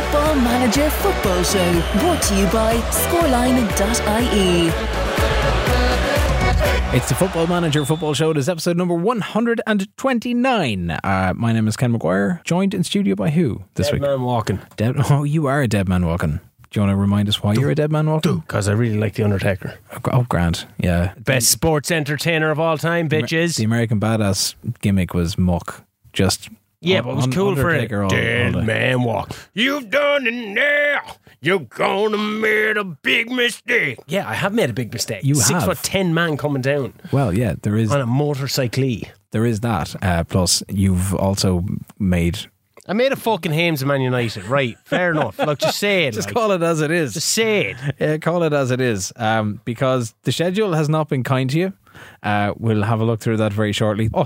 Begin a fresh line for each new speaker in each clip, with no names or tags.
Manager Football Show, brought to you by scoreline.ie.
It's the Football Manager Football Show. It is episode number 129. Uh, my name is Ken McGuire, joined in studio by who this
Dead
week?
man walking.
Dead, oh, you are a dead man walking. Do you want to remind us why you're a dead man walking?
Because I really like The Undertaker.
Oh, grand. Yeah.
Best sports entertainer of all time,
Mm. The
bitches.
American Badass gimmick was muck. Just.
Yeah,
un-
but it was
un-
cool for it.
Undertaker all-
Dead
all day.
man walk. You've done it now. You're gonna made a big mistake. Yeah, I have made a big mistake.
You
Six
have.
foot ten man coming down
Well, yeah, there is
on a motorcycle.
there is that. Uh, plus, you've also made.
I made a fucking Hames of Man United. Right, fair enough. Look, just say it.
Just
like.
call it as it is.
Just say it.
Yeah, call it as it is, um, because the schedule has not been kind to you. Uh, we'll have a look through that very shortly.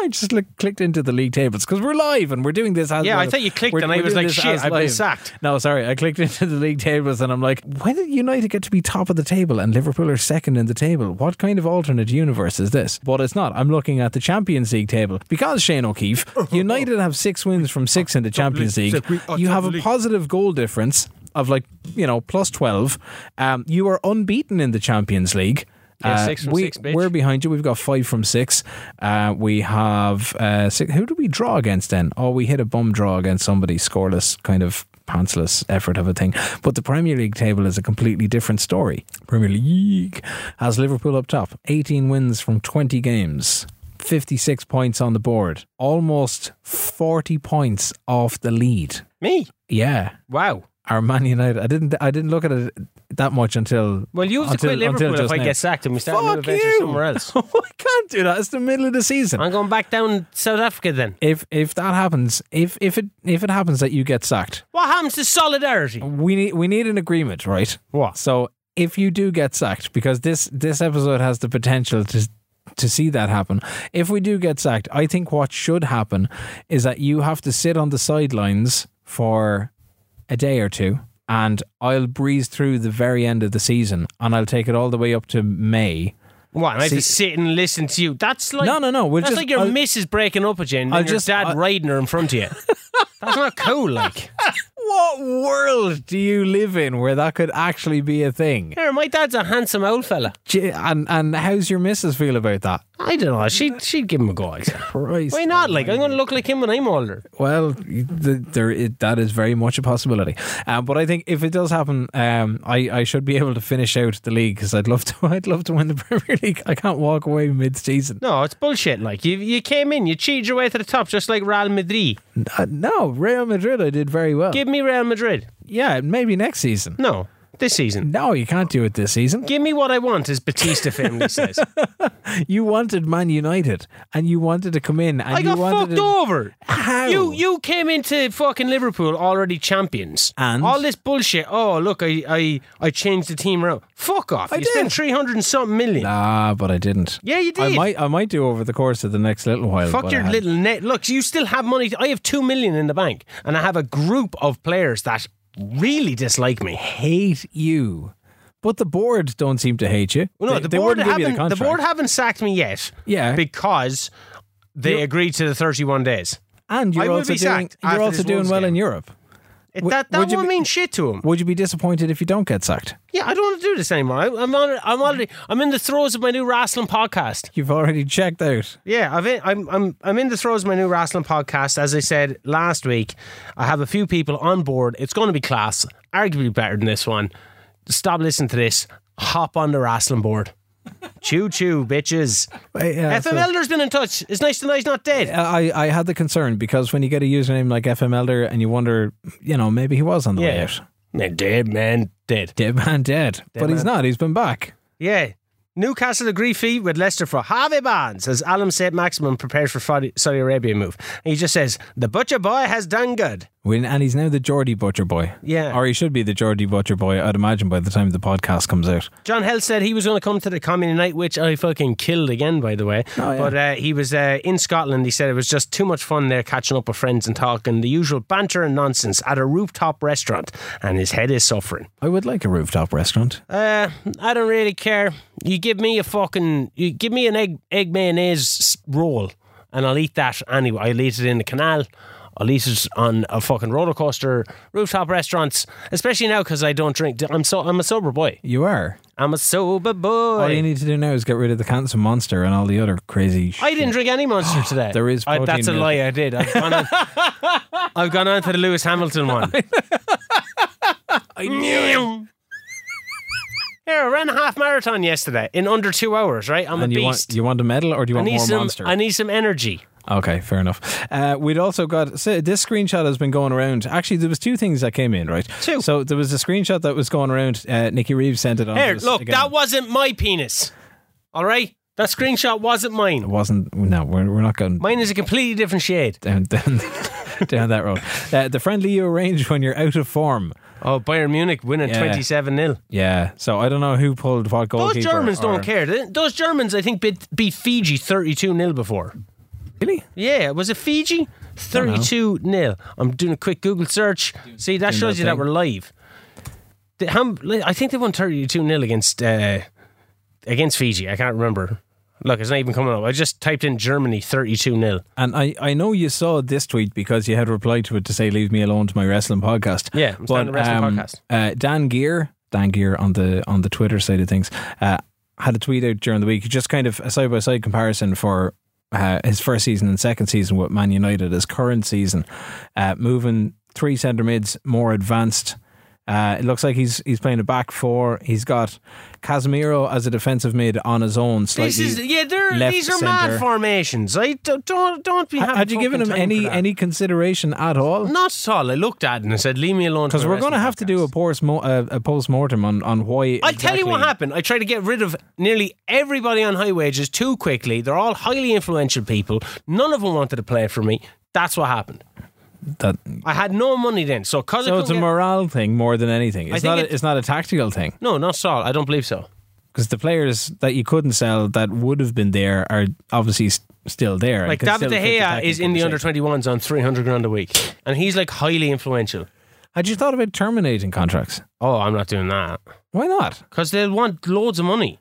Oh, I just li- clicked into the league tables because we're live and we're doing this. As
Yeah, I
live.
thought you clicked
We're-
and I
we're
was
doing
like,
this
"Shit,
as
I've been
live."
sacked.
No, sorry, I clicked into the league tables and I'm like, when did United get to be top of the table and Liverpool are second in the table? What kind of alternate universe is this? But it's not. I'm looking at the Champions League table because Shane O'Keefe, United have six wins from six in the Champions League. You have a positive goal difference of like you know plus twelve. Um, you are unbeaten in the Champions League. Uh,
Yeah, six from
we,
six, bitch.
We're behind you. We've got five from six. Uh, we have uh, six. Who do we draw against then? Oh, we hit a bum draw against somebody, scoreless, kind of pantsless effort of a thing. But the Premier League table is a completely different story. Premier League has Liverpool up top, 18 wins from 20 games. 56 points on the board, almost 40 points off the lead.
Me?
Yeah,
Wow.
our Man United. I didn't. I didn't look at it that much until.
Well, you have to
until,
quit
until
Liverpool if
just
I
now.
get sacked and we start a new
Fuck
adventure
you.
somewhere else.
I can't do that. It's the middle of the season.
I'm going back down South Africa then.
if if that happens, if if it if it happens that you get sacked,
What happens to solidarity?
we need we need an agreement, right?
What?
So if you do get sacked, because this this episode has the potential to to see that happen, if we do get sacked, I think what should happen is that you have to sit on the sidelines for a day or two, and I'll breeze through the very end of the season, and I'll take it all the way up to May.
What? And I have
See-
to sit and listen to you. That's like
No, no, no, we'll
that's
just-
like your
I'll-
missus breaking up with you and then
I'll
your
just-
dad
I'll-
riding her in front of you. that's not cool. Like,
What world do you live in where that could actually be a thing?
here, my dad's a handsome old fella.
J- And and how's your missus feel about that?
I don't know. She she'd give him a go. Like.
Christ.
Why not? Like, I'm going to look like him when I'm older.
Well, th- there i that is very much a possibility. Um, but I think if it does happen, um, I I should be able to finish out the league because I'd love to. I'd love to win the Premier League. I can't walk away mid season.
No, it's bullshit. Like, you you came in, you cheated your way to the top, just like Real Madrid.
uh, No, Real Madrid. I did very well.
Give me Real Madrid.
yeah, maybe next season.
No, this season.
No, you can't do it this season.
Give me what I want, as Batista famously says.
You wanted Man United, and you wanted to come in, and
I
you
got
wanted
fucked
to-
over.
How?
You you came into fucking Liverpool already champions.
And?
all this bullshit. Oh look, I I, I changed the team around. Fuck off.
I
you spent
did.
three hundred and something million.
Ah, but I didn't.
Yeah, you
I
did.
might, I might do over the course of the next little while.
Fuck
but
your
I had-
little net. Look, you still have money. I have two million in the bank, and I have a group of players that really dislike me.
hate you, but the board don't seem to hate you.
Well, no,
They-
the
they
board
wouldn't give you
haven't. The,
contract.
board haven't sacked me yet.
Yeah.
because they agreed to the thirty-one days.
and
I
you're
will
also
be
doing,
sacked
you're
after
also
this
doing
Wolves
well
game.
in Europe.
It-
Would-
that that
would
won't
you be-
mean shit to him.
Would you be disappointed if you don't get sacked?
Yeah, I don't want to do this anymore. I, I'm on. I'm already. I'm in the throes of my new wrestling podcast.
You've already checked out.
Yeah, I've in, I'm I'm I'm in the throes of my new wrestling podcast. As I said last week, I have a few people on board. It's going to be class, arguably better than this one. Stop listening to this. Hop on the wrestling board. choo choo, bitches.
I, uh, so-
FM Elder's been in touch. It's nice to know he's not dead.
I, I had the concern because when you get a username like FM Elder and you wonder, you know, maybe he was on the way
Yeah.
out.
Man, dead man, dead.
Dead man dead. but he's
man.
not. He's been back.
Yeah. Newcastle agree fee with Leicester for Harvey Barnes as Alam St. Maximum prepares for Friday- Saudi Arabia move. And he just says, The Butcher Boy has done good.
When, and he's now the Geordie Butcher Boy.
Yeah.
Or he should be the Geordie Butcher Boy, I'd imagine, by the time the podcast comes out.
John Hell said he was going to come to the comedy night, which I fucking killed again, by the way.
Oh, yeah.
But uh, he was uh, in Scotland. He said it was just too much fun there catching up with friends and talking the usual banter and nonsense at a rooftop restaurant. And his head is suffering.
I would like a rooftop restaurant.
Uh, I don't really care. You give me a fucking, you give me an egg egg mayonnaise s- roll, and I'll eat that anyway. I'll eat it in the canal. Elisa's on a fucking roller coaster, rooftop restaurants, especially now because I don't drink. I'm so I'm a sober boy.
You are.
I'm a sober boy.
All you need to do now is get rid of the cancer monster and all the other crazy.
I didn't drink any monster today.
There is
I,
protein
that's a
milk.
lie. I did. I've gone on, I've gone on to the Lewis Hamilton one. I knew it. Here, I ran a half marathon yesterday in under two hours. Right, I'm
and
a
you
beast.
want you want a medal or do you
I
want
need
more
some.
monster?
I need some energy.
Okay, fair enough. Uh, we'd also got so this screenshot has been going around. Actually, there was two things that came in, right?
Two.
So there was a screenshot that was going around. Uh, Nikki Reeves sent it on.
Here,
to us
look,
again.
that wasn't my penis. All right, that screenshot wasn't
It
mine.
wasn't. No, we're, we're not going
Mine is a completely different shade.
down down, down that road. Uh, the friendly you arrange when you're out of form.
Oh, Bayern Munich winning
Yeah.
twenty-seven 0
Yeah. So I don't know who pulled what goalkeeper.
Those Germans
or-
don't care. They- Those Germans, I think, beat, beat Fiji thirty-two 0 before.
Really?
Yeah, was it Fiji? 32 0. I'm doing a quick Google search. See, that
doing
shows
that
you that
thing.
we're live. The Ham- I think they won 32 0 against, uh, against Fiji. I can't remember. Look, it's not even coming up. I just typed in Germany 32 0.
And I, I know you saw this tweet because you had replied to it to say leave me alone to my wrestling podcast.
Yeah, I'm starting a wrestling podcast.
Uh, Dan Gear, Dan Gear on the on the Twitter side of things, uh, had a tweet out during the week, just kind of a side by side comparison for uh, his first season and second season with Man United, his current season, uh, moving three centre mids more advanced. Uh, it looks like he's he's playing a back four. He's got Casemiro as a defensive mid on his own. Slightly
This is, yeah, they're,
left
these are
centre.
mad formations. I don't, don't, don't be
Ha-
having
Had you given
fucking
him
time for
any
that.
any consideration at all?
Not at all. I looked at it and I said, leave me alone.
Because we're going to have to do a post mo- uh, a post mortem on on why.
I'll tell you what
exactly-
happened. I tried to get rid of nearly everybody on high wages too quickly. They're all highly influential people. None of them wanted to play for me. That's what happened.
That,
I had no money then. So, because
so it's a morale thing more than anything. It's
think
not a,
it-
it's not a tactical thing
No, not Saul. I don't believe so.
because the players that you couldn't sell that would have been there are obviously s- still there. and
Like,
can
David
still
De
fit the
Gea
tactical
is in the
shape.
under 21s on 300 grand a week. And he's like highly influential.
Had you thought about terminating contracts?
Oh, I'm not doing that.
Why not?
Because they'll want loads of money.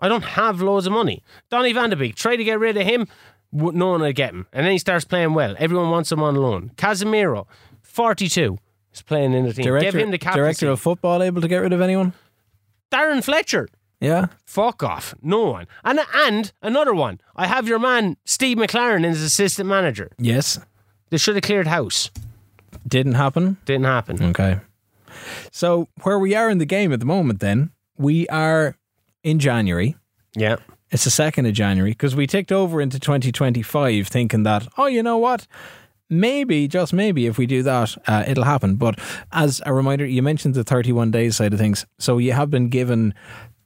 I don't have loads of money. Donny van de Beek, try to get rid of him, w- no one will get him. And then he starts playing well. Everyone wants him on loan. Casemiro, 42, is playing in the team.
Director,
Give him the captaincy.
director of football able to get rid of anyone?
Darren Fletcher,
Yeah,
fuck off. No one. And, and another one. I have your man, Steve McLaren, as assistant manager.
yes,
They should have cleared house.
didn't happen.
Didn't happen.
Okay. So where we are in the game at the moment, then we are in January.
Yeah.
It's the second of January because we ticked over into 2025, thinking that oh, you know what? Maybe, just maybe, if we do that, uh, it'll happen. But as a reminder, you mentioned the 31 days side of things. So you have been given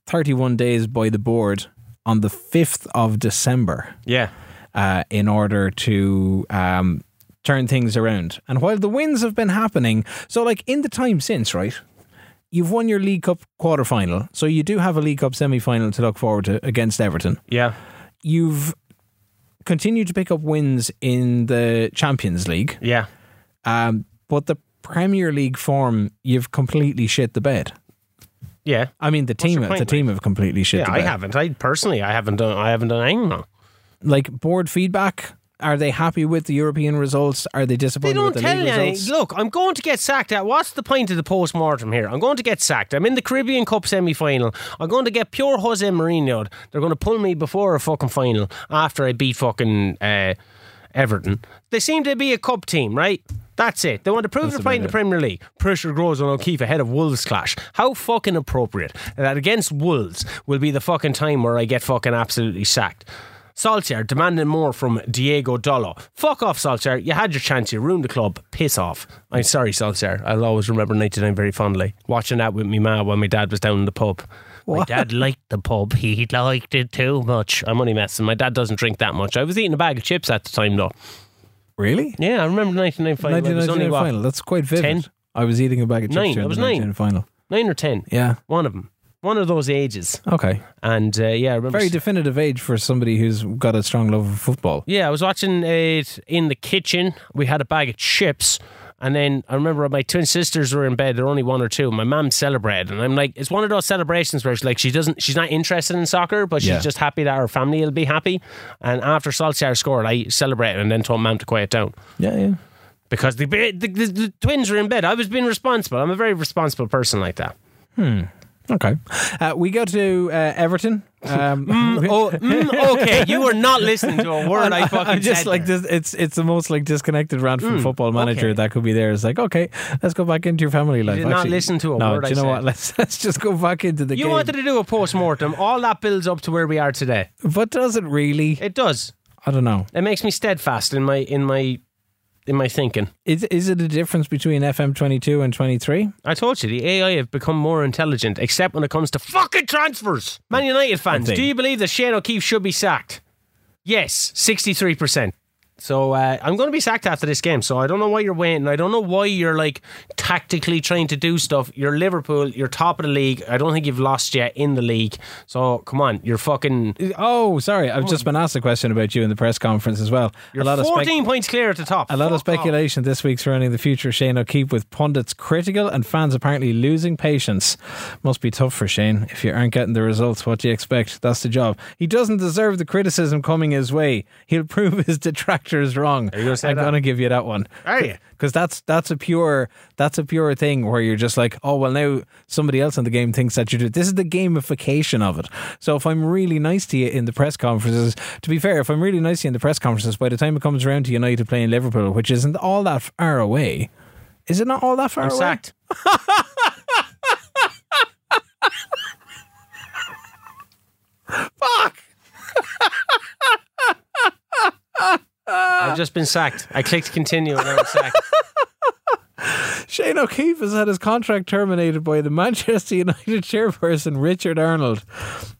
31 days by the board on the 5th of December
Yeah.
uh, in order to um, turn things around. And while the wins have been happening, so like in the time since, right? You've won your League Cup quarter final, so you do have a League Cup semi final to look forward to against Everton.
Yeah.
You've continued to pick up wins in the Champions League,
Yeah.
um, but the Premier League form you've completely shit the bed.
Yeah.
I mean, the team,
your point,
the team have completely shit
Yeah,
the
I
bed.
haven't. I personally, I haven't done. I haven't done anything wrong.
Like board feedback. Are they happy with the European results? Are they
They
disappointed
don't
with the
tell
league
you any.
results?
Look, I'm going to get sacked. Out. What's the point of the post mortem here? I'm going to get sacked. I'm in the Caribbean Cup semi final. I'm going to get pure Jose Mourinho. They're going to pull me before a fucking final after I beat fucking uh, Everton. They seem to be a cup team, right? That's it. They want to prove they're playing the
about
Premier League. Pressure grows on O'Keefe ahead of Wolves clash. How fucking appropriate that against Wolves will be the fucking time where I get fucking absolutely sacked. Solskjaer demanding more from Diego Dolo. Fuck off, Solskjaer. You had your chance. You ruined the club. Piss off. I'm sorry, Solskjaer. I'll always remember 99 very fondly. Watching that with me ma when my dad was down in the pub. My dad liked the pub. He liked it too much. I'm only messing. My dad doesn't drink that much. I was eating a bag of chips at the time, though.
Really?
Yeah, I remember 99 final. It was only
1999
what,
final. That's quite vivid.
10?
I was eating a bag of chips
Nine.
during
I was
the
nine.
1999 final.
nine or ten.
Yeah.
One of them. One of those ages.
Okay.
And uh, yeah, I remember.
Very definitive age for somebody who's got a strong love of football.
yeah, I was watching it in the kitchen. We had a bag of chips. And then I remember my twin sisters were in bed. They're only one or two. My mum celebrated, and I'm like, it's one of those celebrations where she's like, she doesn't, she's not interested in soccer, but she's
Yeah.
just happy that her family will be happy. And after Solskjaer scored, I celebrated and then told mum to quiet down.
Yeah, yeah.
because the, the, the, the twins were in bed. I was being responsible. I'm a very responsible person like that.
Okay. Uh, we go to uh, Everton. Um,
Oh, mm, okay. You were not listening to a word I fucking
I'm just
said
like
there.
this. It's it's the most like disconnected rant from Football Manager
okay.
that could be there. It's like okay, let's go back into your family life.
did not listen to a
no,
word
do
I
you know
said.
what? Let's let's just go back into the
You
game.
wanted to do a post mortem. All that builds up to where we are today.
but does it really?
It does.
I don't know.
It makes me steadfast in my in my in my thinking.
Is is it a difference between FM twenty two and twenty three?
I told you the AI have become more intelligent, except when it comes to fucking transfers. Man United fans,
Indeed.
do you believe that Shane O'Keefe should be sacked? Yes, sixty-three percent. So uh, I'm going to be sacked after this game. So I don't know why you're waiting. I don't know why you're like tactically trying to do stuff. You're Liverpool. You're top of the league. I don't think you've lost yet in the league. So come on, you're fucking.
Oh, sorry. I've just been asked a question about you in the press conference as well.
You're
a lot of spec-
14 points clear at the top.
A lot of
Fuck off.
speculation this week surrounding the future of Shane O'Keefe, with pundits critical and fans apparently losing patience. Must be tough for Shane. If you aren't getting the results, what do you expect? That's the job. He doesn't deserve the criticism coming his way. He'll prove his detractors wrong.
you gonna say
I'm
that?
gonna give you that one.
Are you?
Because that's that's a pure that's a pure thing where you're just like, oh well, now somebody else in the game thinks that you did. This is the gamification of it. So if I'm really nice to you in the press conferences, to be fair, if I'm really nice to you in the press conferences, by the time it comes around to United playing Liverpool, which isn't all that far away, is it not all that far
I'm
away?
sacked.
Fuck!
I've just been sacked. I clicked continue and I was sacked.
Shane O'Keefe has had his contract terminated by the Manchester United chairperson Richard Arnold.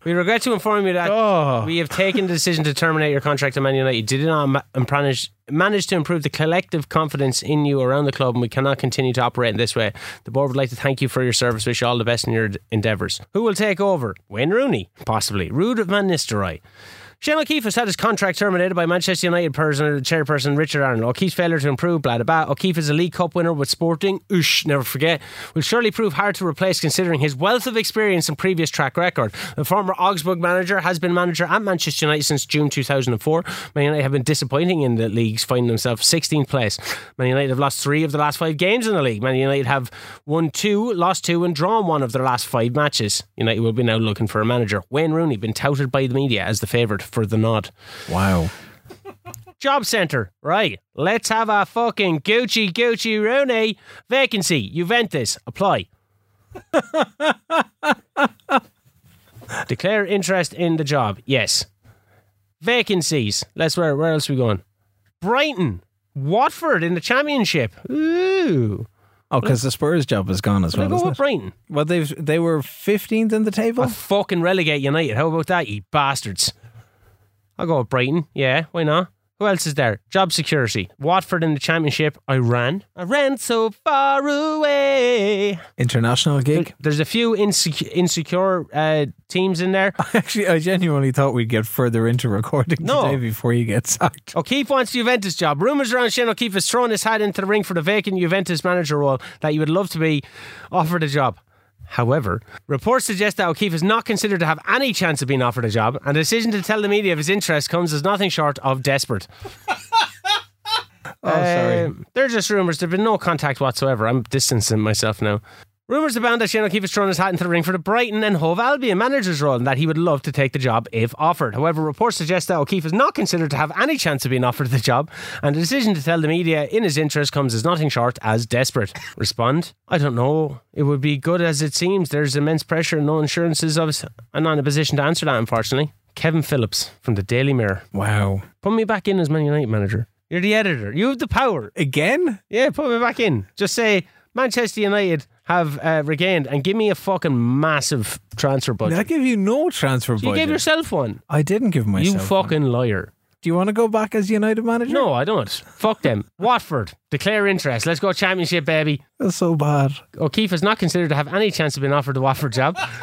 We regret to inform you that
Oh.
we have taken the decision to terminate your contract at Man United. Did not ma- and manage, manage to improve the collective confidence in you around the club, and we cannot continue to operate in this way. The board would like to thank you for your service. Wish you all the best in your d- endeavours. Who will take over? Wayne Rooney, possibly. Rude Van Nistelrooy. Shane O'Keefe has had his contract terminated by Manchester United person, chairperson Richard Arnold. O'Keefe's failure to improve, blah, blah, blah. O'Keefe is a League Cup winner with Sporting, oosh, never forget, will surely prove hard to replace considering his wealth of experience and previous track record. The former Augsburg manager has been manager at Manchester United since June 2004. Man United have been disappointing in the leagues, finding themselves 16th place. Man United have lost three of the last five games in the league. Man United have won two, lost two, and drawn one of their last five matches. United will be now looking for a manager. Wayne Rooney, been touted by the media as the favourite for the nod.
Wow.
Job centre, right? Let's have a fucking Gucci Gucci Rooney vacancy. Juventus, apply. Declare interest in the job. Yes. Vacancies. Let's where where else we going? Brighton, Watford in the Championship. Ooh,
Oh, because the Spurs job is gone as
I
well.
go
isn't
with
it?
Brighton.
Well, they they were 15th in the table.
Fucking relegate United. How about that, you bastards? I'll go with Brighton. Yeah, why not? Who else is there? Job security. Watford in the championship. I ran. I ran so far away.
International gig.
There's a few insecure, insecure uh, teams in there.
Actually, I genuinely thought we'd get further into recording
No.
today before you get sacked.
O'Keefe wants the Juventus job. Rumours around Shane O'Keefe has thrown his hat into the ring for the vacant Juventus manager role that you would love to be offered a job. However, reports suggest that O'Keefe is not considered to have any chance of being offered a job, and the decision to tell the media of his interest comes as nothing short of desperate.
Oh, sorry.
Um, they're just rumours. There've been no contact whatsoever. I'm distancing myself now. Rumours abound that Shane O'Keefe is throwing his hat into the ring for the Brighton and Hove Albion manager's role and that he would love to take the job if offered. However, reports suggest that O'Keefe is not considered to have any chance of being offered the job, and the decision to tell the media in his interest comes as nothing short as desperate. Respond? I don't know. It would be good as it seems. There's immense pressure and no insurances of us. I'm not in a position to answer that, unfortunately. Kevin Phillips from the Daily Mirror.
Wow.
Put me back in as Man United manager. You're the editor. You have the power.
Again?
Yeah, put me back in. Just say Manchester United have uh, regained and give me a fucking massive transfer
Did I
budget.
give you no transfer
you
budget?
gave yourself one.
I didn't give myself.
you fucking liar.
Do you want to go back as United manager?
No, I don't. Fuck them. Watford, declare interest. Let's go championship, baby.
That's so bad.
O'Keefe is not considered to have any chance of being offered the Watford job.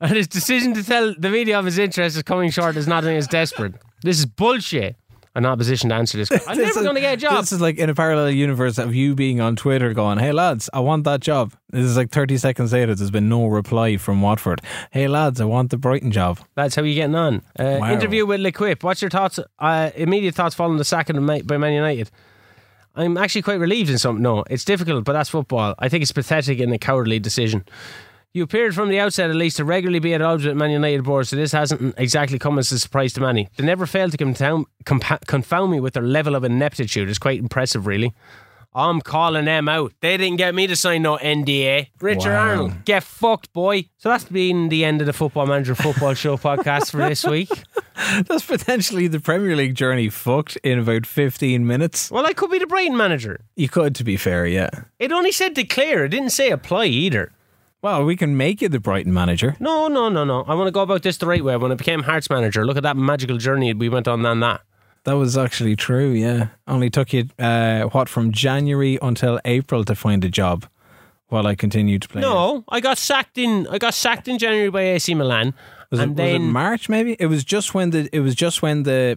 and his decision to tell the media of his interest is coming short is nothing as desperate. This is bullshit. I'm not in a position to answer this. I'm
This
never
is-
going to get a job.
This is like in a parallel universe of you being on Twitter going, hey lads, I want that job. This is like 30 seconds later, there's been no reply from Watford. Hey lads, I want the Brighton job.
That's how you're getting on. Uh,
Wow.
Interview with LeQuip. What's your thoughts? Uh, immediate thoughts following the sacking of Ma- by Man United. I'm actually quite relieved in some. No, it's difficult, but that's football. I think it's pathetic and a cowardly decision. You appeared from the outset, at least, to regularly be at odds with Man United board, so this hasn't exactly come as a surprise to many. They never fail to confound, compa- confound me with their level of ineptitude. It's quite impressive, really. I'm calling them out. They didn't get me to sign no NDA. Richard
Wow.
Arnold, get fucked, boy. So that's been the end of the Football Manager Football Show podcast for this week.
That's potentially the Premier League journey fucked in about 15 minutes.
Well, I could be the Brighton manager.
You could, to be fair, yeah.
It only said declare, it didn't say apply either.
Well, we can make you the Brighton manager.
No, no, no, no. I want to go about this the right way. When I became Hearts manager, look at that magical journey we went on than that.
That was actually true, yeah. Only took you, uh, what, from January until April to find a job while I continued to play.
No, I got sacked in. I got sacked in January by AC Milan,
Was it,
and then
was it March maybe? It was just when the it was just when the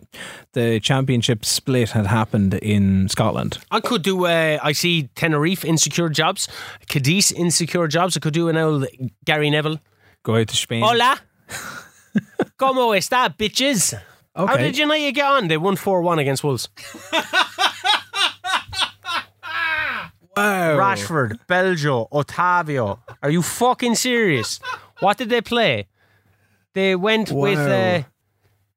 the championship split had happened in Scotland.
I could do. Uh, I see Tenerife insecure jobs, Cadiz insecure jobs. I could do an old Gary Neville.
Go out to Spain.
Hola, cómo está, bitches? How
Okay.
did United get on? They won four one against Wolves.
Wow.
Rashford,
Oh.
Belgio, Otavio. Are you fucking serious? What did they play? They went with
Wow.
uh,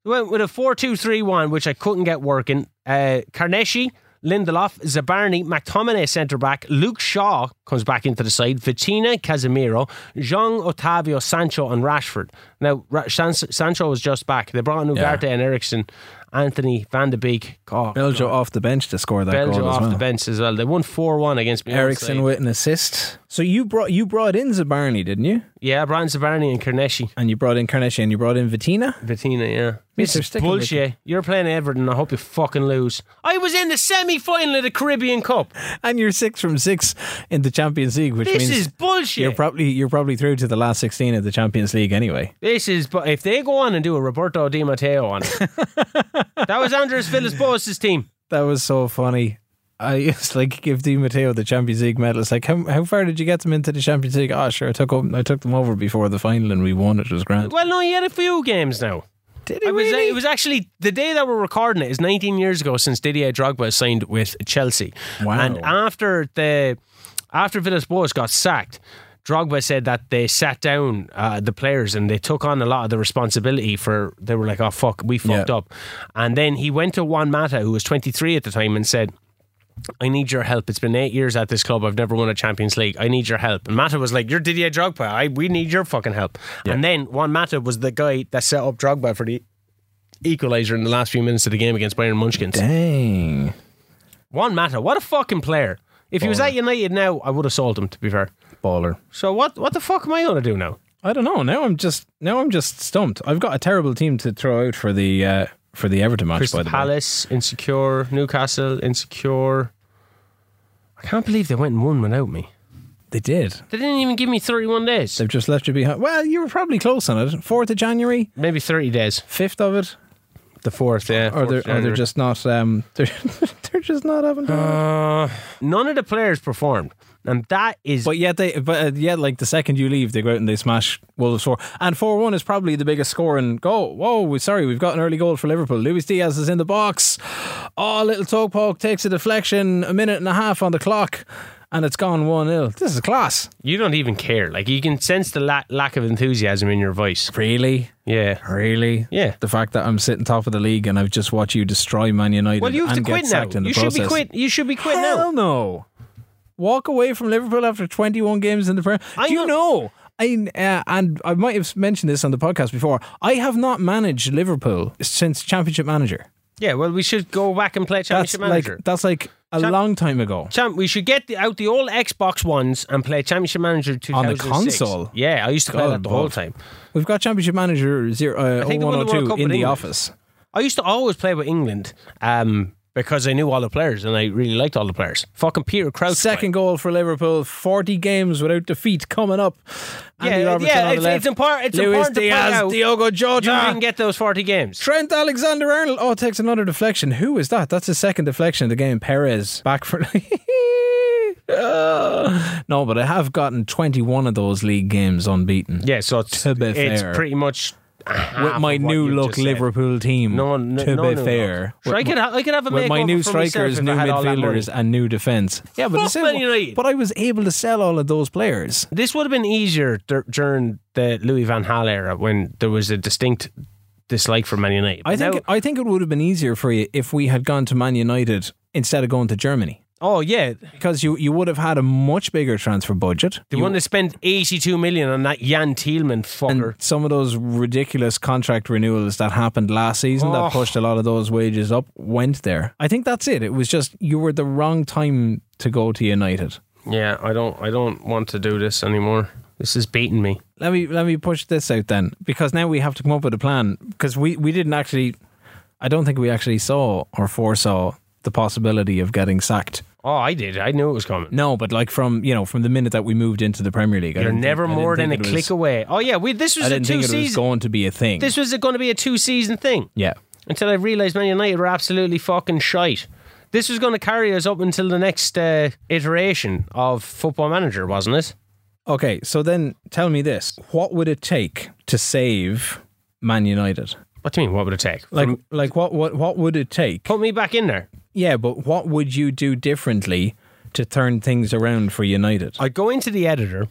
they went with a four-two-three-one, which I couldn't get working. Uh, Carneshi, Lindelof, Zabarni, McTominay centre back, Luke Shaw comes back into the side, Vitina, Casemiro, Jean Otavio, Sancho, and Rashford. Now Ra- San- Sancho was just back. They brought in
Yeah.
Ugarte and Eriksson, Anthony Van de Beek, God,
Belgium off the bench to score that
Belgio
goal as
off
well.
the bench as well. They won four-one against Beyonce.
Ericsson with an assist. So you brought you brought in Zabarni, didn't you?
Yeah, Brian Zavarni and Kerneshi.
And you brought in Carnegie and you brought in Vitina.
Bettina, yeah. This
they're
is
sticking with
bullshit. You're playing Everton. I hope you fucking lose. I was in the semi final of the Caribbean Cup.
And you're six from six in the Champions League, which
This
means
is bullshit.
you're probably you're probably through to the last sixteen of the Champions League anyway.
this is, but if they go on and do a Roberto Di Matteo on it, that was Andres Villas Boas' team.
That was so funny. I used to, like give Di Matteo the Champions League medal. It's like how how far did you get them into the Champions League? Oh sure, I took o- I took them over before the final and we won. It was grand.
Well, no, he had a few games now.
Did
It was, it was actually the day that we're recording it is 19 years ago since Didier Drogba signed with Chelsea.
Wow.
And after the after Villas-Boas got sacked, Drogba said that they sat down uh, the players and they took on a lot of the responsibility for. They were like, "Oh fuck, we fucked
Yeah.
up," and then he went to Juan Mata, who was 23 at the time, and said. I need your help. It's been eight years at this club. I've never won a Champions League. I need your help. And Mata was like, You're Didier Drogba. I, we need your fucking help. And then Juan Mata was the guy that set up Drogba for the equaliser in the last few minutes of the game against Bayern Munchkins.
Dang.
Juan Mata, what a fucking player. If he was at United now, I would have sold him, to be fair.
Baller.
So what what the fuck am I going to do now?
I don't know. Now I'm just now I'm just stumped. I've got a terrible team to throw out for the uh, for the Everton match. by
Crystal
the way,
Palace, insecure. Newcastle, insecure. I can't believe they went and won without me.
they did.
They didn't even give me 31 days.
They've just left you behind. Well, you were probably close on it. Fourth of January,
Maybe 30 days.
fifth of it,
The fourth, yeah.
or
fourth
they're or they're
January.
just not um they're they're just not having. fun.
Uh, none of the players performed, and that is
but yet they but uh, yet like the second you leave, they go out and they smash Wolves four and four one is probably the biggest score and go. Whoa, we sorry, we've got an early goal for Liverpool. Luis Diaz is in the box. Oh, little toe poke takes a deflection. A minute and a half on the clock. And it's gone 1 0. This is class.
you don't even care. Like you can sense the la- lack of enthusiasm in your voice.
Really?
Yeah.
Really?
Yeah.
The fact that I'm sitting top of the league and I've just watched you destroy Man United.
Well, you have to
and get
quit now.
sacked in the
You should be
process.
quit. You should be quit now.
Hell no. Walk away from Liverpool after 21 games in the Premier.
I
Do you know? I, uh, and I might have mentioned this on the podcast before. I have not managed Liverpool since Championship Manager.
Yeah. Well, we should go back and play
That's
championship
like
manager.
that's like a
Champ-
long time ago.
Champ, we should get the, out the old Xbox ones and play Championship Manager 2006.
On the console?
Yeah, I used to play
God
that the whole
above.
time.
We've got Championship Manager zero, uh,
I think they won the World
0102
Cup
in
with
the
England.
office.
I used to always play with England um, because I knew all the players and I really liked all the players. Fucking Peter Crouch.
Second goal for Liverpool. 40 games without defeat coming up. Andy
yeah,
Robertson on
yeah,
the
it's,
left.
it's important. It's
Luis
important to point
Diaz,
out
Diogo Jota.
you didn't get those 40 games.
Trent Alexander Arnold. Oh, takes another deflection. Who is that? That's his second deflection of the game. Perez back for. Ah. no, but I have gotten 21 of those league games unbeaten.
Yeah, so it's,
To be
it's
fair.
pretty much half
with my
of what
new
you've
look
just said.
Liverpool team.
No, no,
to
no
be
new
fair,
look. Sure, I
with
could,
my-
ha- I could have a
with
makeover
my new
for myself
strikers,
if I
new
had all that money.
midfielders, and new defense. Yeah, but
Fuck
it's still-
Man United.
but I was able to sell all of those players.
This would have been easier dur- during the Louis Van Gaal era when there was a distinct dislike for Man United.
I think
Now-
I think it would have been easier for you if we had gone to Man United instead of going to Germany
oh yeah,
because you, you would have had a much bigger transfer budget.
the
You-
one that spent eighty-two million on that Jan Thielman fucker.
and some of those ridiculous contract renewals that happened last season
Oh.
that pushed a lot of those wages up went there. I think that's it. It was just you were the wrong time to go to United.
yeah, I don't, I don't want to do this anymore. This is beating me.
let me let me push this out then because now we have to come up with a plan because we we didn't actually I don't think we actually saw or foresaw the possibility of getting sacked.
Oh, I did. I knew it was coming.
No, but like from you know from the minute that we moved into the Premier League, I
You're
didn't think-
never
I didn't
more
think
than a
it was-
click away. Oh yeah, we. This was
I
a
didn't think it was
two-season.
going to be a thing.
This was going to be a two-season thing.
yeah,
until I realised Man United were absolutely fucking shite. This was going to carry us up until the next uh, iteration of Football Manager, wasn't it?
Okay, so then tell me this: what would it take to save Man United?
What do you mean? What would it take?
Like,
From- Oh.
like what, what, what would it take?
put me back in there.
Yeah, but what would you do differently to turn things around for United?
I'd go into the editor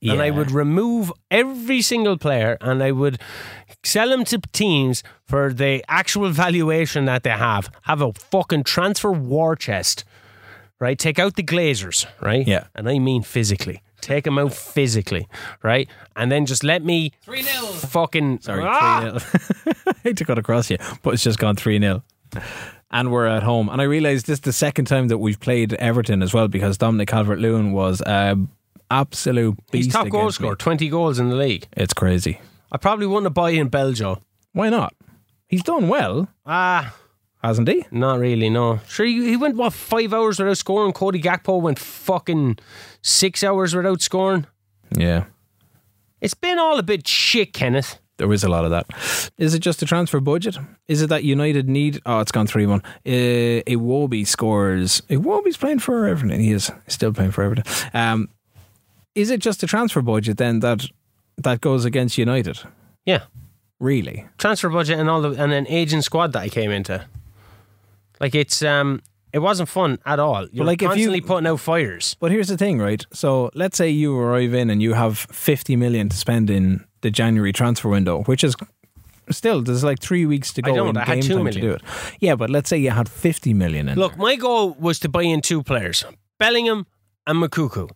and I
Yeah.
would remove every single player and I would sell them to teams for the actual valuation that they have. Have a fucking transfer war chest, right? Take out the Glazers, right?
Yeah.
And I mean physically. Take them out physically, right? And then just let me 3 0. Fucking.
Sorry,
Ah!
3 0. I hate to cut across you, but it's just gone 3 0. And we're at home. And I realise this is the second time that we've played Everton as well because Dominic Calvert Lewin was an absolute beast.
He's top goal
against me.
scorer, 20 goals in the league.
It's crazy.
I probably wouldn't have bought in Beljo.
Why not? He's done well,
Ah.
hasn't he?
Not really, no. Sure, he he went what five hours without scoring. Cody Gakpo went fucking six hours without scoring.
Yeah.
It's been all a bit shit, Kenneth.
There is a lot of that. Is it just a transfer budget? Is it that United need? Oh, it's gone three one. Uh, Iwobi scores. Iwobi's playing for Everton. He is still playing for Everton. Um, is it just a transfer budget then that that goes against United?
Yeah,
Really?
transfer budget and all the and an aging squad that I came into. Like it's um, it wasn't fun at all. You're
like, if you-
constantly putting out fires.
But here's the thing, right? So let's say you arrive in and you have fifty million to spend in the January transfer window, which is still there's like three weeks to
I
go
don't,
in
I had
game
two
time to
million.
do it. Yeah, but let's say you had fifty million in.
Look, my goal was to buy in two players, Bellingham and Makuku.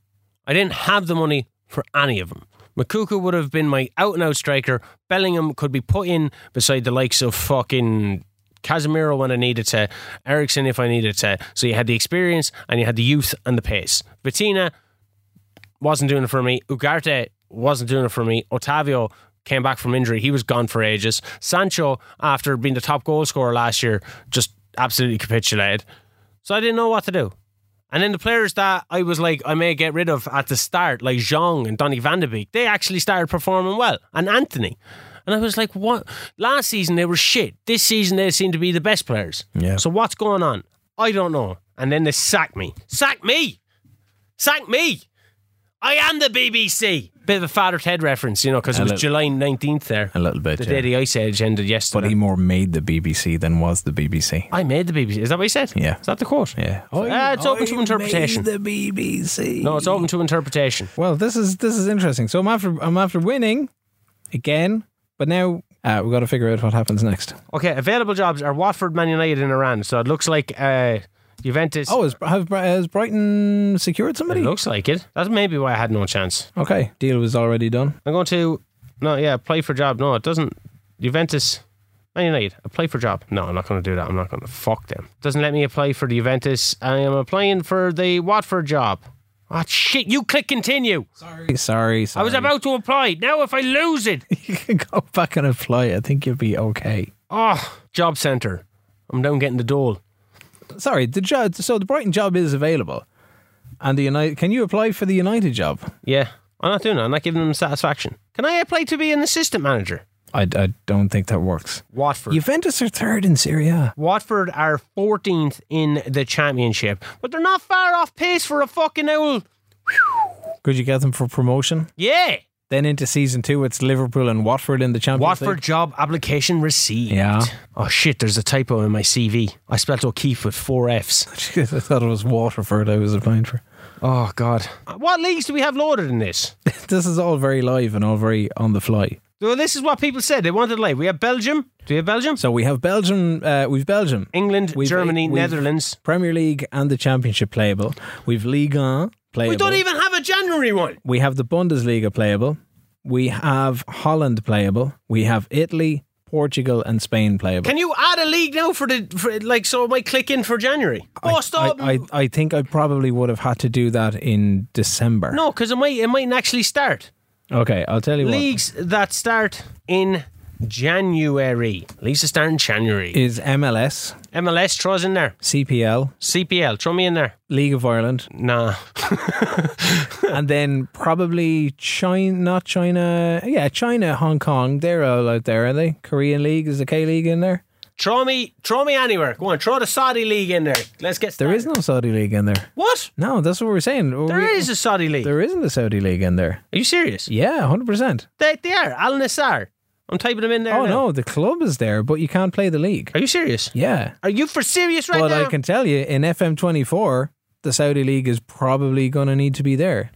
I didn't have the money for any of them. Makuku would have been my out and out striker. Bellingham could be put in beside the likes of fucking Casemiro when I needed to, Ericsson if I needed to. So you had the experience and you had the youth and the pace. Bettina wasn't doing it for me. Ugarte wasn't doing it for me. Otavio came back from injury. He was gone for ages. Sancho, after being the top goal scorer last year, just absolutely capitulated. So I didn't know what to do. And then the players that I was like, I may get rid of at the start, like Zhang and Donny van de Beek, they actually started performing well. And Anthony. And I was like, what? Last season they were shit. This season they seem to be the best players.
Yeah.
So what's going on? I don't know. And then they sacked me. Sack me! Sack me! I am the BBC. Bit of a Father Ted reference, you know, because it was
little-
July 19th there,
a little bit.
the
yeah.
day the Ice Age ended yesterday.
but he more made the BBC than was the BBC.
I made the BBC. Is that what he said?
Yeah.
Is that the quote?
Yeah.
Ah, it's open to interpretation.
The BBC.
No, it's open to interpretation.
Well, this is this is interesting. So I'm after I'm after winning again, but now uh, we've got to figure out what happens next.
Okay, available jobs are Watford, Man United, and Iran. So it looks like uh, Juventus.
Oh, is, have, Bri- has Brighton secured
it
somebody?
looks like it. That's maybe why I had no chance.
Okay, deal was already done.
I'm going to. No, yeah, apply for job. No, it doesn't. Juventus, Man United, apply for job. No, I'm not going to do that. I'm not going to fuck them. Doesn't let me apply for the Juventus. I am applying for the Watford job. Ah, shit, you click continue.
Sorry, sorry. sorry.
I was about to apply. Now if I lose it.
you can go back and apply. I think you'll be okay.
Oh, job centre. I'm down getting the dole.
Sorry, the job. So the Brighton job is available, and the United. Can you apply for the United job?
Yeah, I'm not doing that. I'm not giving them satisfaction. Can I apply to be an assistant manager?
I, I don't think that works.
Watford.
Juventus are third in Serie A.
Watford are 14th in the championship, but they're not far off pace for a fucking owl.
Could you get them for promotion?
Yeah.
Then into season two, it's Liverpool and Watford in the Champions
Watford
League.
job application received.
Yeah.
Oh shit, there's a typo in my CV. I spelled O'Keefe with four F's.
Jeez, I thought it was Waterford I was applying for.
Oh god. What leagues do we have loaded in this?
This is all very live and all very on the fly.
Well, this is what people said. They wanted live. We have Belgium. Do we have Belgium?
So we have Belgium, uh, we've Belgium,
England,
We've-
Germany,
we've-
Netherlands.
Premier League and the Championship playable. We've Ligue 1 playable.
We don't even have a January one.
We have the Bundesliga playable. We have Holland playable. We have Italy, Portugal, and Spain playable.
Can you add a league now for the for, like so it might click in for January? oh stop.
I, I, I think I probably would have had to do that in December.
no, because it might it mightn't actually start.
Okay, I'll tell you what.
Leagues that start in January. Leagues that start in January.
Is MLS,
MLS, throw us in there.
CPL,
CPL, throw me in there.
League of Ireland,
Nah.
and then probably China, not China. Yeah, China, Hong Kong. They're all out there, are they? Korean League is the K League in there.
Throw me throw me anywhere. Go on, throw the Saudi league in there. Let's get
There
started.
is no Saudi League in there.
What?
No, that's what we're saying.
There
We-
is a Saudi league.
There isn't a Saudi League in there.
Are you serious?
Yeah, hundred percent.
They, they are. Al Nassar. I'm typing them in there.
Oh
now.
no, the club is there, but you can't play the league.
Are you serious?
Yeah,
Are you for serious right
but
now?
I can tell you in FM twenty four, the Saudi League is probably going to need to be there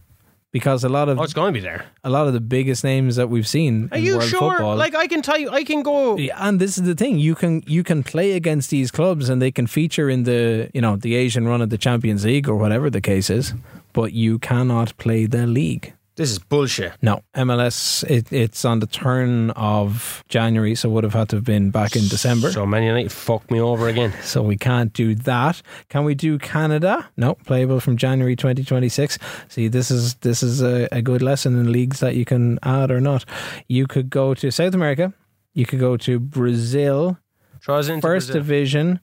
because a lot of
Oh, it's going to be there.
a lot of the biggest names that we've seen
Are
in
you
world
sure?
football.
Like I can tell you, I can go.
Yeah, and this is the thing you can you can play against these clubs and they can feature in the you know the Asian run of the Champions League or whatever the case is, but you cannot play the league.
This is bullshit.
No, MLS. It, it's on the turn of January, so would have had to have been back in December. So,
So Man United fucked me over again.
we can't do that. Can we do Canada? No, playable from January 2026. See, this is this is a, a good lesson in leagues that you can add or not. You could go to South America. You could go to Brazil,
Throw us into
First
Brazil.
Division,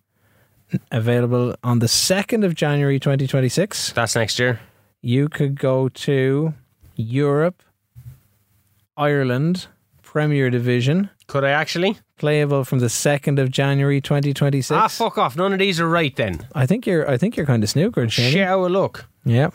available on the 2nd of January 2026.
That's next year.
you could go to Europe, Ireland, Premier Division,
Could I actually?
playable from the 2nd of January 2026.
Ah, fuck off. None of these are right then.
I think you're I think you're kind of snookered, Shane.
Shit, how a look.
Yeah.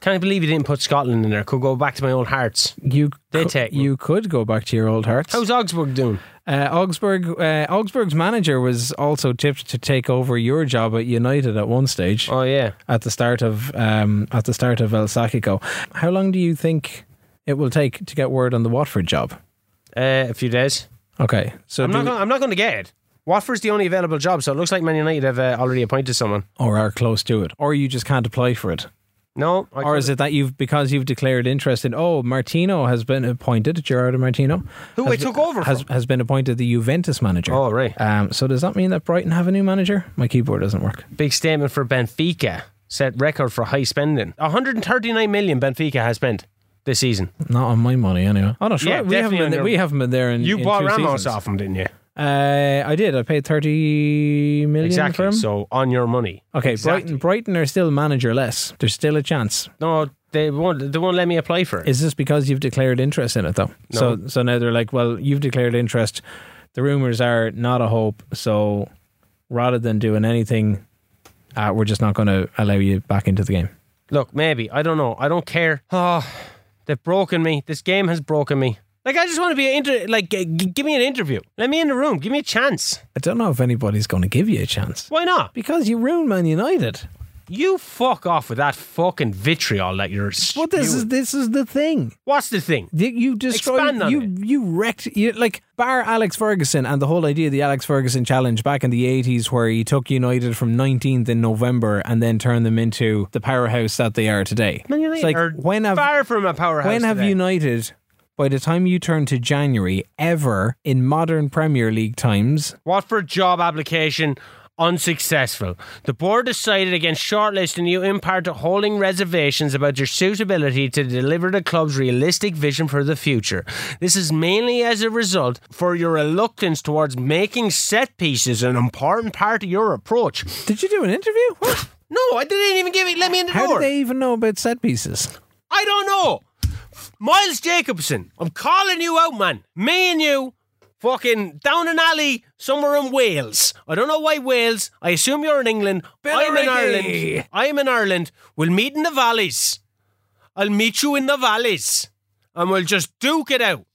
Can't believe you didn't put Scotland in there. Could go back to my old hearts.
You
They
cou-
take me.
you could go back to your old hearts.
How's Augsburg doing?
Uh, Augsburg uh, Augsburg's manager was also tipped to take over your job at United at one stage
Oh yeah.
at the start of um, at the start of El Sacico. How long do you think it will take to get word on the Watford job?
Uh, a few days.
Okay. So
I'm
do
not. Gonna, I'm not going to get it. Watford's the only available job, so it looks like Man United have uh, already appointed someone.
or are close to it, or you just can't apply for it,
No, I
or is it that you've because you've declared interest in? Oh, Martino has been appointed, Gerardo Martino,
who I took over
has
from.
has been appointed the Juventus manager.
Oh right,
Um, so does that mean that Brighton have a new manager? My keyboard doesn't work.
big statement for Benfica. Set record for high spending. 139 million Benfica has spent this season.
Not on my money, anyway. Oh no, sure.
Yeah,
we haven't
definitely
been
on
there,
your-
we haven't been there in
You
in
bought
two
Ramos
seasons.
off him, didn't you?
Uh, I did. I paid thirty million for
Exactly.
him.
So on your money.
okay,
Exactly.
Brighton. Brighton are still managerless. There's still a chance.
No, they won't. They won't let me apply for it.
Is this because you've declared interest in it though? So so now they're like, well, you've declared interest. The rumors are not a hope. So rather than doing anything, uh, we're just not going to allow you back into the game.
Look, maybe. I don't know. I don't care. Oh, they've broken me. This game has broken me. Like, I just want to be, inter- like, g- g- give me an interview. Let me in the room. Give me a chance.
I don't know if anybody's going to give you a chance
Why not?
because you ruined Man United.
You fuck off with that fucking vitriol that you're. Spewing.
But this is this is the thing.
What's the thing?
You, you destroyed.
Expand on
You
it.
you wrecked. You, like bar Alex Ferguson and the whole idea of the Alex Ferguson challenge back in the eighties, where he took United from nineteenth in November and then turned them into the powerhouse that they are today.
Man United
It's like
are
when have
far from a powerhouse.
when have
today.
United, by the time you turn to January, ever in modern Premier League times,
Watford job application unsuccessful. The board decided against shortlisting you in part to holding reservations about your suitability to deliver the club's realistic vision for the future. This is mainly as a result for your reluctance towards making set pieces an important part of your approach.
did you do an interview? What?
No, I didn't even give it. Let me in the
How
door.
did they even know about set pieces?
I don't know. Miles Jacobson, I'm calling you out, man. Me and you, fucking down an alley somewhere in Wales. I don't know why Wales. I assume you're in England. I'm in
Billericay.
Ireland. I'm in Ireland. We'll meet in the valleys. I'll meet you in the valleys. and we'll just duke it out.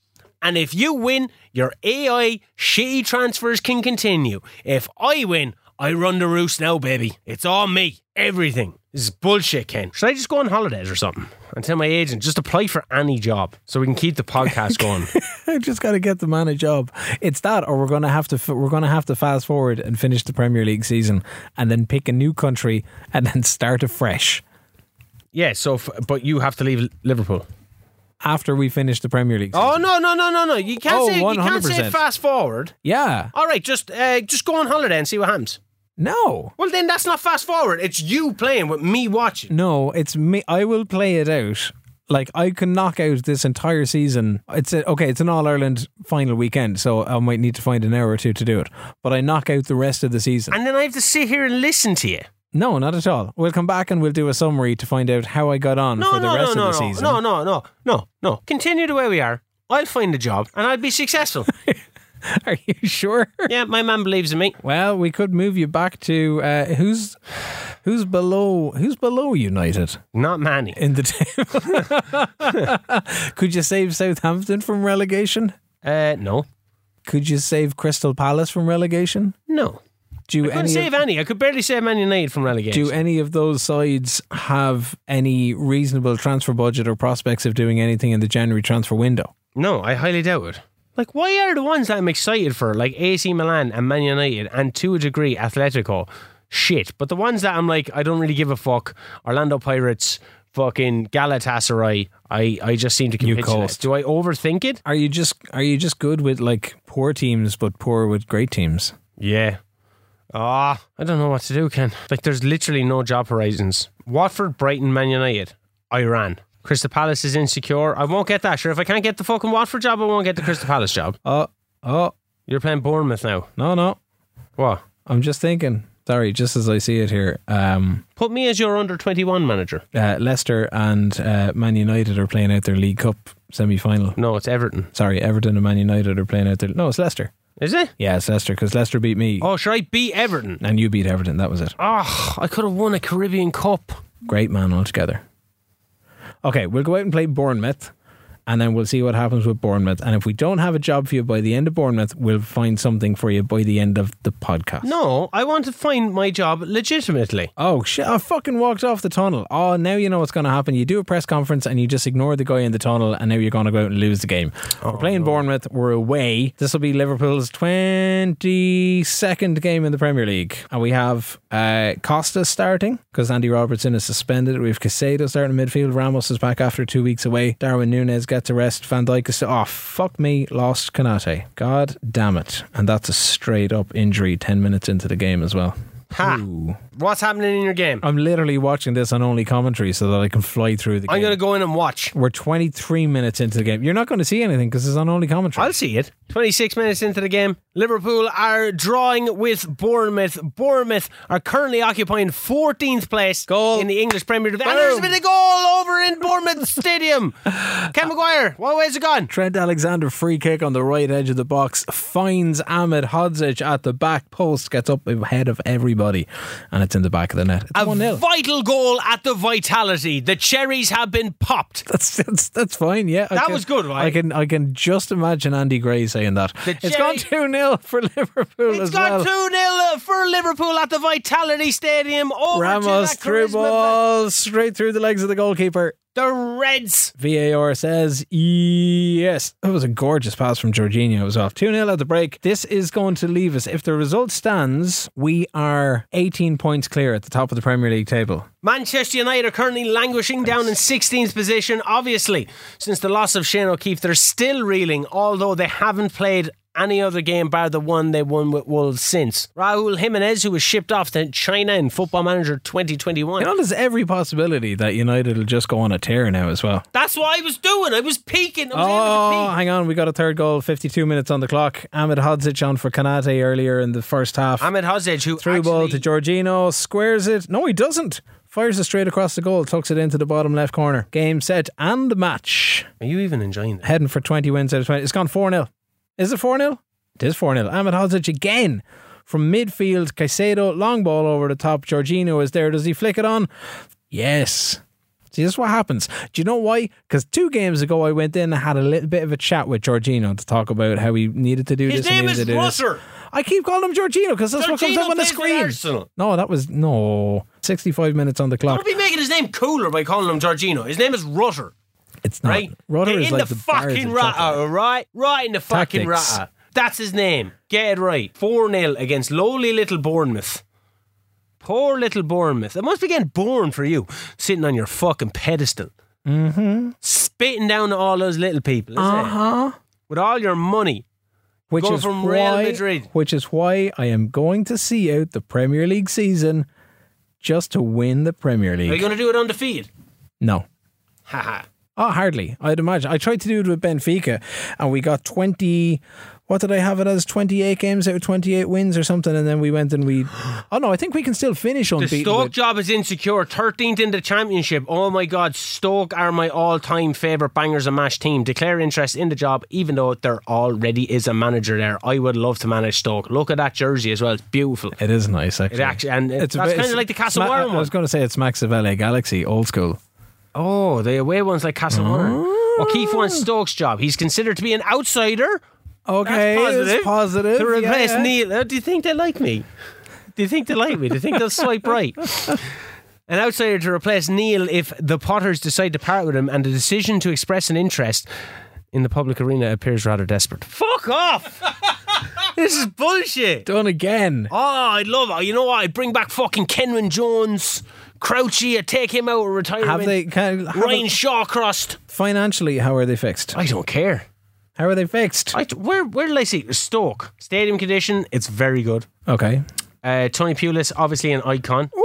And if you win, your AI shitty transfers can continue. If I win, I run the roost now, baby. It's all me. Everything. This is bullshit, Ken. Should I just go on holidays or something? And tell my agent, just apply for any job so we can keep the podcast going.
I just got to get the man a job. It's that, or we're gonna have to f- we're gonna have to fast forward and finish the Premier League season, and then pick a new country and then start afresh
yeah, so, f- but you have to leave Liverpool.
after we finish the Premier League. Season.
Oh, no, no, no, no, no. You can't,
Oh,
say, you can't say
100%.
fast forward.
Yeah,
All right, just uh, just go on holiday and see what happens.
no,
Well, then that's not fast forward. It's you playing with me watching.
no. It's me. I will play it out. Like I can knock out this entire season. It's a, okay. It's an All Ireland final weekend, so I might need to find an hour or two to do it. But I knock out the rest of the season.
And then I have to sit here and listen to you.
No, not at all. We'll come back and we'll do a summary to find out how I got on
No,
for the
no,
rest
no,
of the
no, no,
season.
no, no, no, no, no. Continue the way we are. I'll find a job and I'll be successful.
Are you sure?
yeah, my man believes in me.
Well, we could move you back to uh, who's who's below who's below United
Not Manny.
in the table. could you save Southampton from relegation?
Uh, no,
Could you save Crystal Palace from relegation?
no.
Do
I couldn't
any
save
of,
any. I could barely save Man United from relegation.
do any of those sides have any reasonable transfer budget or prospects of doing anything in the January transfer window?
No, I highly doubt it. Like, why are the ones that I'm excited for, like AC Milan and Man United and to a degree Atletico, shit? But the ones that I'm like, I don't really give a fuck, Orlando Pirates, fucking Galatasaray, I, I just seem to capitulate.
coast.
Do I overthink it?
Are you just are you just good with like poor teams but poor with great teams?
Yeah. Ah, I don't know what to do, Ken. Like, there's literally no job horizons. Watford, Brighton, Man United, Iran. Crystal Palace is insecure. I won't get that. Sure, if I can't get the fucking Watford job, I won't get the Crystal Palace job.
Oh, oh,
You're playing Bournemouth now.
no, no.
What?
I'm just thinking. Sorry, just as I see it here, um,
Put me as your under 21 manager.
uh, Leicester and uh, Man United are playing out their League Cup semi final.
No, it's Everton.
Sorry, Everton and Man United are playing out their. No, it's Leicester.
Is it?
Yeah, it's Leicester because Leicester beat me
Oh, should I beat Everton?
and you beat Everton. That was it.
Oh, I could have won a Caribbean Cup.
Great man altogether. Okay, we'll go out and play Bournemouth and then we'll see what happens with Bournemouth. And if we don't have a job for you by the end of Bournemouth, we'll find something for you by the end of the podcast.
No, I want to find my job legitimately.
Oh shit! I fucking walked off the tunnel. Oh, now you know what's going to happen. You do a press conference and you just ignore the guy in the tunnel, and now you're going to go out and lose the game. we're playing Bournemouth. We're away. This will be Liverpool's twenty-second game in the Premier League, and we have uh, Costa starting because Andy Robertson is suspended. We have Casado starting midfield. Ramos is back after two weeks away. Darwin Nunes gets a rest. Van Dijk is oh fuck me, lost Kanate. God damn it! And that's a straight up injury ten minutes into the game as well.
Ha.
Ooh.
What's happening in your game?
I'm literally watching this on only commentary so that I can fly through the
I'm
game.
going to go in and watch.
We're 23 minutes into the game. You're not going to see anything because it's on only commentary.
I'll see it. 26 minutes into the game, Liverpool are drawing with Bournemouth. Bournemouth are currently occupying 14th place
Goal.
in the English Premier Oh. Division. And there's
Boom.
been a goal over in Bournemouth Stadium. Ken McGuire, what way's it gone?
Trent Alexander free kick on the right edge of the box finds Ahmed Hodzic at the back post, gets up ahead of everybody, and it's in the back of the net. It's
A
1 0.
vital goal at the Vitality. The cherries have been popped.
That's, that's that's fine, yeah. I
That
can-
was good, right?
I can I can just imagine Andy Gray saying that.
The
it's gone two 0 for Liverpool
It's
as
gone
well.
2 0 for Liverpool at the Vitality Stadium. Over
Ramos
to that
through
charisma-
ball straight through the legs of the goalkeeper.
The Reds.
VAR says yes. That was a gorgeous pass from Jorginho. It was off 2 0 at the break. This is going to leave us, if the result stands, we are 18 points clear at the top of the Premier League table.
Manchester United are currently languishing down in 16th position. Obviously, since the loss of Shane O'Keefe, they're still reeling, although they haven't played any other game bar the one they won with Wolves since. Raul Jimenez, who was shipped off to China in Football Manager 2021.
You know, there's every possibility that United will just go on a tear now as well.
That's what I was doing. I was peeking. I was able to
Oh,
peek.
hang on. We got a third goal, 52 minutes on the clock. Ahmed Hodzic on for Kanate earlier in the first half.
Ahmed Hodzic, who
Through ball to
actually-
Jorginho, squares it. No, he doesn't. Fires it straight across the goal, tucks it into the bottom left corner. Game, set, and match.
Are you even enjoying that?
heading for 20 wins out of 20. It's gone 4 0. Is it 4 0? It is 4 0. Ahmed Hodzic again from midfield. Caicedo, long ball over the top. Jorginho is there. Does he flick it on? Yes. See, this is what happens. Do you know why? Because two games ago, I went in and had a little bit of a chat with Jorginho to talk about how he needed to do
His
this. and
name
needed
is
to do this.
Rutter.
I keep calling him Jorginho because that's what comes
Jorginho
up on the
plays for
screen.
Arsenal.
No, that was no. Sixty-five minutes on the clock.
Don't be making his name cooler by calling him Jorginho. His name is Rutter,
It's not.
right?
Rutter
in
is like
the,
the barge
fucking
of
Rutter,
chocolate.
all right? Right in the fucking
Tactics.
Rutter. That's his name. Get it right. 4 0 against lowly little Bournemouth. Poor little Bournemouth. It must be getting boring for you, sitting on your fucking pedestal. Mm-hmm. Spitting down at all those little people, isn't it?
Uh-huh.
With all your money.
Which
Going
is
from
why,
Real Madrid.
Which is why I am going to see out the Premier League season just to win the Premier
Are
League.
you going to do it undefeated?
no.
Haha.
Oh, hardly. I'd imagine. I tried to do it with Benfica, and we got twenty. What did I have it as? Twenty-eight games out of twenty-eight wins, or something. And then we went and we. Oh no, I think we can still finish
The
unbeaten.
Stoke
with-
job is insecure. 13th in the championship. Oh my God. Stoke are my all time favourite bangers and mash team. Declare interest in the job, even though there already is a manager there. I would love to manage Stoke. Look at that jersey as well. It's beautiful.
it is nice, actually.
It actually, and it,
It's a
that's
bit-
kind of
it's-
like the
it's ma-
Castle Warren
I
one.
was going to say it's Max of LA Galaxy, old school.
Oh, the away one's like Castle Warren. O'Keefe
Oh.
wants Stoke's job. He's considered to be an outsider.
Okay,
That's positive.
it's positive.
To
yeah.
replace Neil. Uh, Do you think they like me? Do you think they like me? Do you think they'll swipe right? An outsider to replace Neil if the Potters decide to part with him and the decision to express an interest in the public arena appears rather desperate. Fuck off! this is bullshit.
Done again.
Oh, I'd love it. You know what? I'd bring back fucking Kenwin Jones, Crouchy, I'd take him out of retirement.
Have they can, have
Ryan
it-
Shawcrossed.
financially? How are they fixed?
I don't care.
How are they fixed?
I, where, where did I see? Stoke. Stadium condition, it's very good.
Okay.
Uh, Tony Pulis, obviously an icon.
Woo!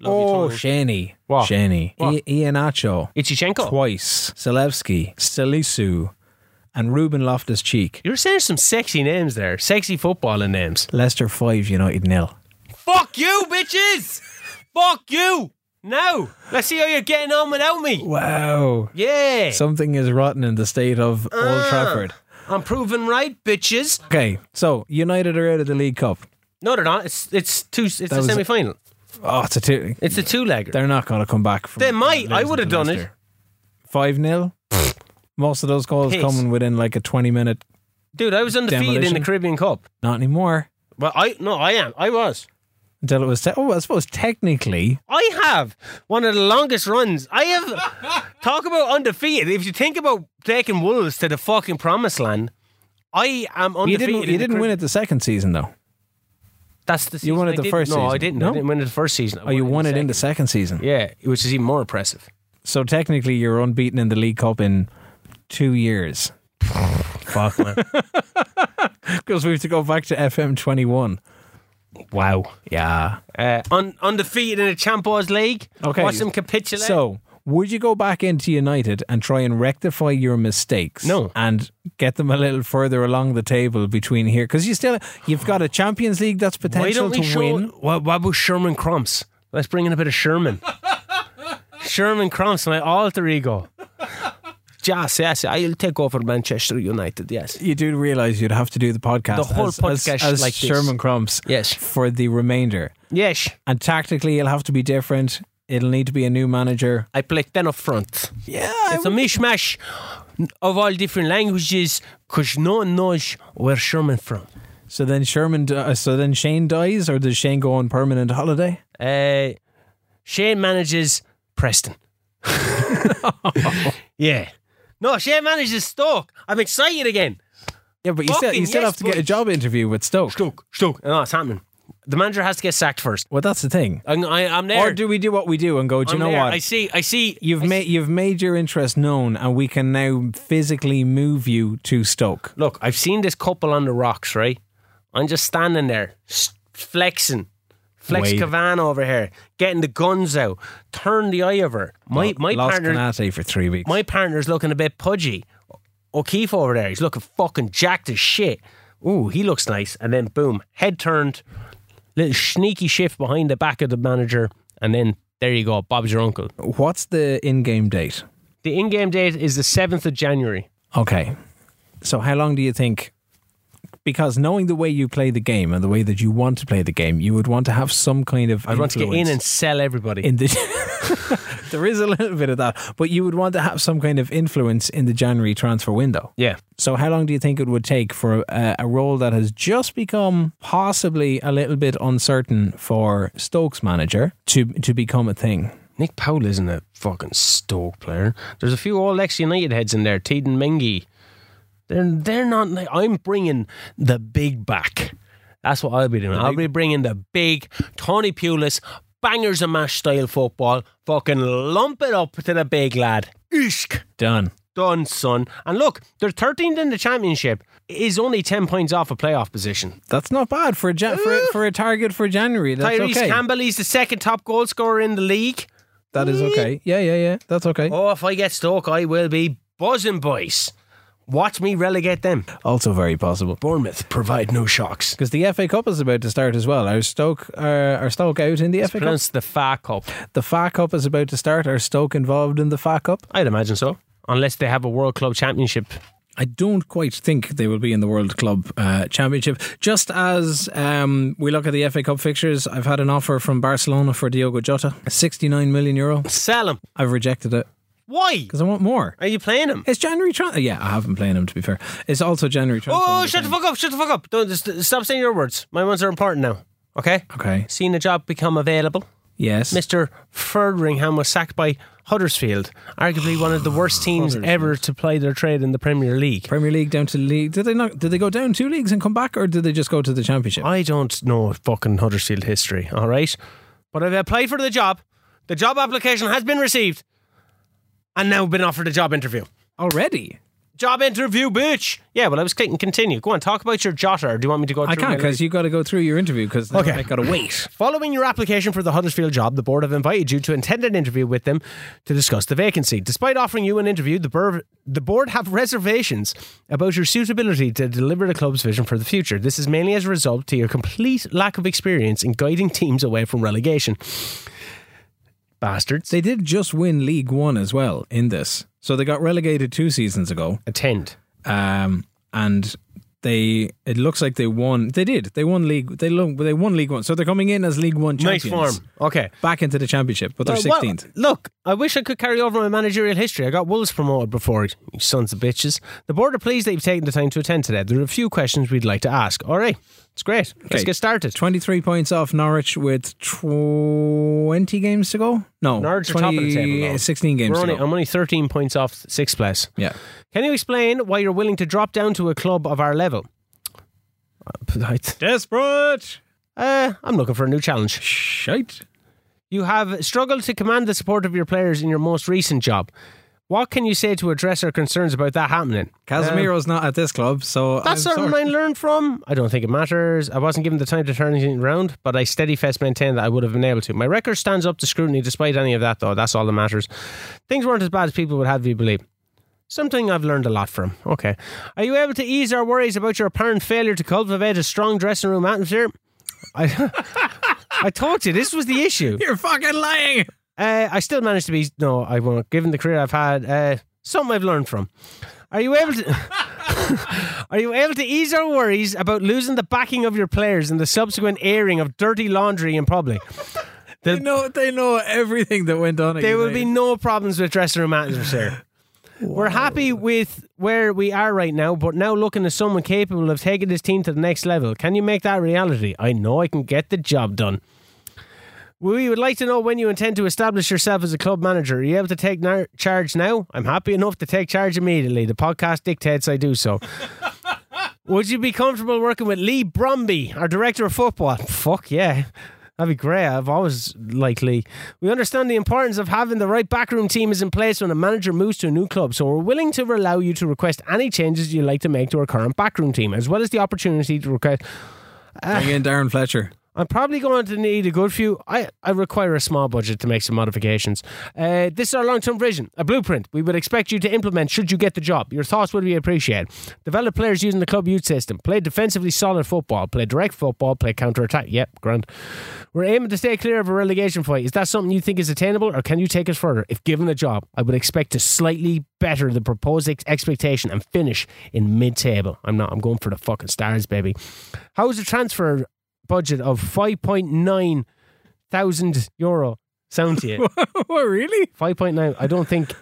Love
Oh,
you,
Shaney.
What?
Shaney.
What?
I- Iheanacho.
Ichichenko.
twice. Selevsky, Salisu, and Ruben Loftus Cheek.
You're saying some sexy names there. Sexy footballing names.
Leicester five, United nil.
Fuck you, bitches! Fuck you! Now, let's see how you're getting on without me.
Wow.
Yeah.
Something is rotten in the state of Old Trafford.
I'm proven right, bitches.
Okay, so United are out of the League Cup.
No, they're not. It's it's two. It's the
was-
semi final.
Oh, it's a two.
It's a two legger.
They're not going to come back. From
They might. I
losing
would have
to
done it.
Leicester. Five 0 Most of those goals
Piss.
coming within like a twenty minute.
Dude, I was undefeated in
Demolition.
the Caribbean Cup.
Not anymore.
Well, I no, I am. I was.
Until it was. Te- oh, I suppose technically.
I have one of the longest runs. I have talk about undefeated. If you think about taking Wolves to the fucking promised land, I am
You
undefeated.
didn't.
in
You
the
didn't
Carib-
win it the second season though.
That's the season
won it
I
the
did-
first
no, I
season.
didn't. I
No?
didn't win it the first season. I
Oh, you won it in the second
second.
season.
Yeah, which is even more impressive.
So technically, you're unbeaten in the League Cup in two years.
Fuck man.
Because we have to go back to FM21.
wow.
Yeah.
Uh, un- undefeated in the Champions League.
Okay.
Watch them capitulate.
So, would you go back into United and try and rectify your mistakes?
No.
And get them a little further along the table between here? Because you still, you've got a Champions League that's
why
potential
don't we
to
show?
win.
What, what about Sherman Crumps? Let's bring in a bit of Sherman. Sherman Crumps, my alter ego. Yes, yes, I'll take over Manchester United. Yes.
You do realize you'd have to do the podcast,
The whole
as,
podcast
as, as
like this.
Sherman Crumps
Yes.
for the remainder.
Yes.
And tactically, it'll have to be different. It'll need to be a new manager.
I play 10 up front.
Yeah.
It's a mishmash of all different languages because no one knows where Sherman from.
So then Sherman, di- uh, so then Shane dies, or does Shane go on permanent holiday?
Uh, Shane manages Preston. yeah. No, Shane manages Stoke. I'm excited again.
Yeah, but you still
Fucking
you still
yes,
have to get a
boys.
job interview with Stoke.
Stoke, Stoke. No, Oh, it's happening. The manager has to get sacked first.
Well, that's the thing.
I'm, I, am there.
Or do we do what we do and go? Do you
I'm
know
there.
what?
I see. I see.
you've
I
made you've made your interest known, and we can now physically move you to Stoke.
look, I've seen this couple on the rocks, right? I'm just standing there, s- flexing. Flex
Wade.
Cavan over here, getting the guns out, turn the eye over. My my
Lost
partner,
Canate for three weeks.
my partner's looking a bit pudgy. O- O'Keefe over there, he's looking fucking jacked as shit. Ooh, he looks nice. And then boom, head turned, little sneaky shift behind the back of the manager, and then there you go, Bob's your uncle.
What's the in-game date?
The in-game date is the seventh of January.
Okay, so how long do you think because knowing the way you play the game and the way that you want to play the game, you would want to have some kind of.
I'd want to get in
influence
and sell everybody.
in the there is a little bit of that, but you would want to have some kind of influence in the January transfer window.
yeah.
So, how long do you think it would take for a, a role that has just become possibly a little bit uncertain for Stokes manager to to become a thing?
Nick Powell isn't a fucking Stoke player. There's a few all ex United heads in there. Teeden Mengi. They're they're not. ni- I'm bringing the big back. That's what I'll be doing. I'll be bringing the big Tony Pulis bangers and mash style football. Fucking lump it up to the big lad. Ishk.
Done.
Done, son. And look, they're 13th in the championship. Is only 10 points off a playoff position.
That's not bad for a ja- for, a- for a target for January. That's
Tyrese
okay.
Campbell is the second top goal scorer in the league.
That is okay. Yeah, yeah, yeah. That's okay.
Oh, if I get Stoke, I will be buzzing, boys. Watch me relegate them.
Also, very possible.
Bournemouth provide no shocks.
Because the FA Cup is about to start as well. Are Stoke uh, are Stoke out in the FA Cup?
Pronounce the FA Cup.
The FA Cup is about to start. Are Stoke involved in the FA Cup?
I'd imagine so. Unless they have a World Club Championship.
I don't quite think they will be in the World Club uh, Championship. Just as um, we look at the FA Cup fixtures, I've had an offer from Barcelona for Diogo Jota, 69 million euro.
Sell him.
I've rejected it
Why?
because I want more.
Are you playing him?
It's January transfer. Yeah, I haven't played him to be fair. It's also January transfer.
Oh,
window
shut the
time.
fuck up, shut the fuck up. Don't just, stop saying your words. My ones are important now. Okay?
Okay.
Seen a job become available.
Yes.
Mr. Ferdringham was sacked by Huddersfield, arguably one of the worst teams ever to play their trade in the Premier League.
Premier League down to league. Did they not? Did they go down two leagues and come back, or did they just go to the championship?
I don't know fucking Huddersfield history, all right? But I've applied for the job. The job application has been received and now been offered a job interview.
Already,
Job interview, bitch. Yeah, well, I was clicking continue. Go on, talk about your jotter. do you want me to go?
I
through my
can't because
list?
you got to go through your interview because
Okay.
I got to wait.
Following your application for the Huddersfield job, the board have invited you to attend an interview with them to discuss the vacancy. Despite offering you an interview, the, bur- the board have reservations about your suitability to deliver the club's vision for the future. This is mainly as a result to your complete lack of experience in guiding teams away from relegation. Bastards.
They did just win League One as well in this, so they got relegated two seasons ago,
Attend.
um, and they it looks like they won. They did. They won League. They lo- they won League One, so they're coming in as League One
Nice
champions.
form. Okay.
Back into the championship, but they're
Uh, well,
sixteenth.
look, I wish I could carry over my managerial history. I got Wolves promoted before it, you sons of bitches. The board are pleased that you've taken the time to attend today. There are a few questions we'd like to ask. All right, it's great. Let's
Okay.
get started.
Twenty three points off Norwich with twenty games to go. No,
Norwich are top of the table, though.
20 Sixteen games
We're
to
only,
go.
I'm only 13 points off sixth place.
yeah.
Can you explain why you're willing to drop down to a club of our level?
Desperate.
Uh, I'm looking for a new challenge.
Shite.
You have struggled to command the support of your players in your most recent job. What can you say to address our concerns about that happening?
Casemiro's not at this club, so
That's
I'm
something
sorry.
I learned from. I don't think it matters. I wasn't given the time to turn anything around, but I steady fest maintained that I would have been able to. My record stands up to scrutiny despite any of that, though. That's all that matters. Things weren't as bad as people would have you believe. Something I've learned a lot from. Okay. Are you able to ease our worries about your apparent failure to cultivate a strong dressing room atmosphere? I, I told you this was the issue.
You're fucking lying.
Uh, I still managed to be. No, I won't. Given the career I've had, uh, something I've learned from. Are you able to? are you able to ease our worries about losing the backing of your players and the subsequent airing of dirty laundry in public?
They know they know everything that went on. at
There will be
United.
no problems with dressing room atmosphere. We're happy with where we are right now, but now looking to someone capable of taking this team to the next level. Can you make that a reality? I know I can get the job done. We would like to know when you intend to establish yourself as a club manager. Are you able to take nar- charge now? I'm happy enough to take charge immediately. The podcast dictates I do so. Would you be comfortable working with Lee Brumby, our director of football? Fuck yeah. That'd be great. I've always liked Lee. We understand the importance of having the right backroom team is in place when a manager moves to a new club, so we're willing to allow you to request any changes you'd like to make to our current backroom team, as well as the opportunity to request.
Bring in Darren Fletcher.
I'm probably going to need a good few. I, I require a small budget to make some modifications. Uh, this is our long term vision, a blueprint we would expect you to implement should you get the job. Your thoughts would be appreciated. Develop players using the club youth system. Play defensively solid football. Play direct football. Play counter attack. Yep, grand. We're aiming to stay clear of a relegation fight. Is that something you think is attainable or can you take us further? If given a job, I would expect to slightly better the proposed ex- expectation and finish in mid table. I'm not, I'm going for the fucking stars, baby. How is the transfer budget of 5.9 thousand euro sound to you?
oh, really?
5.9, I don't think.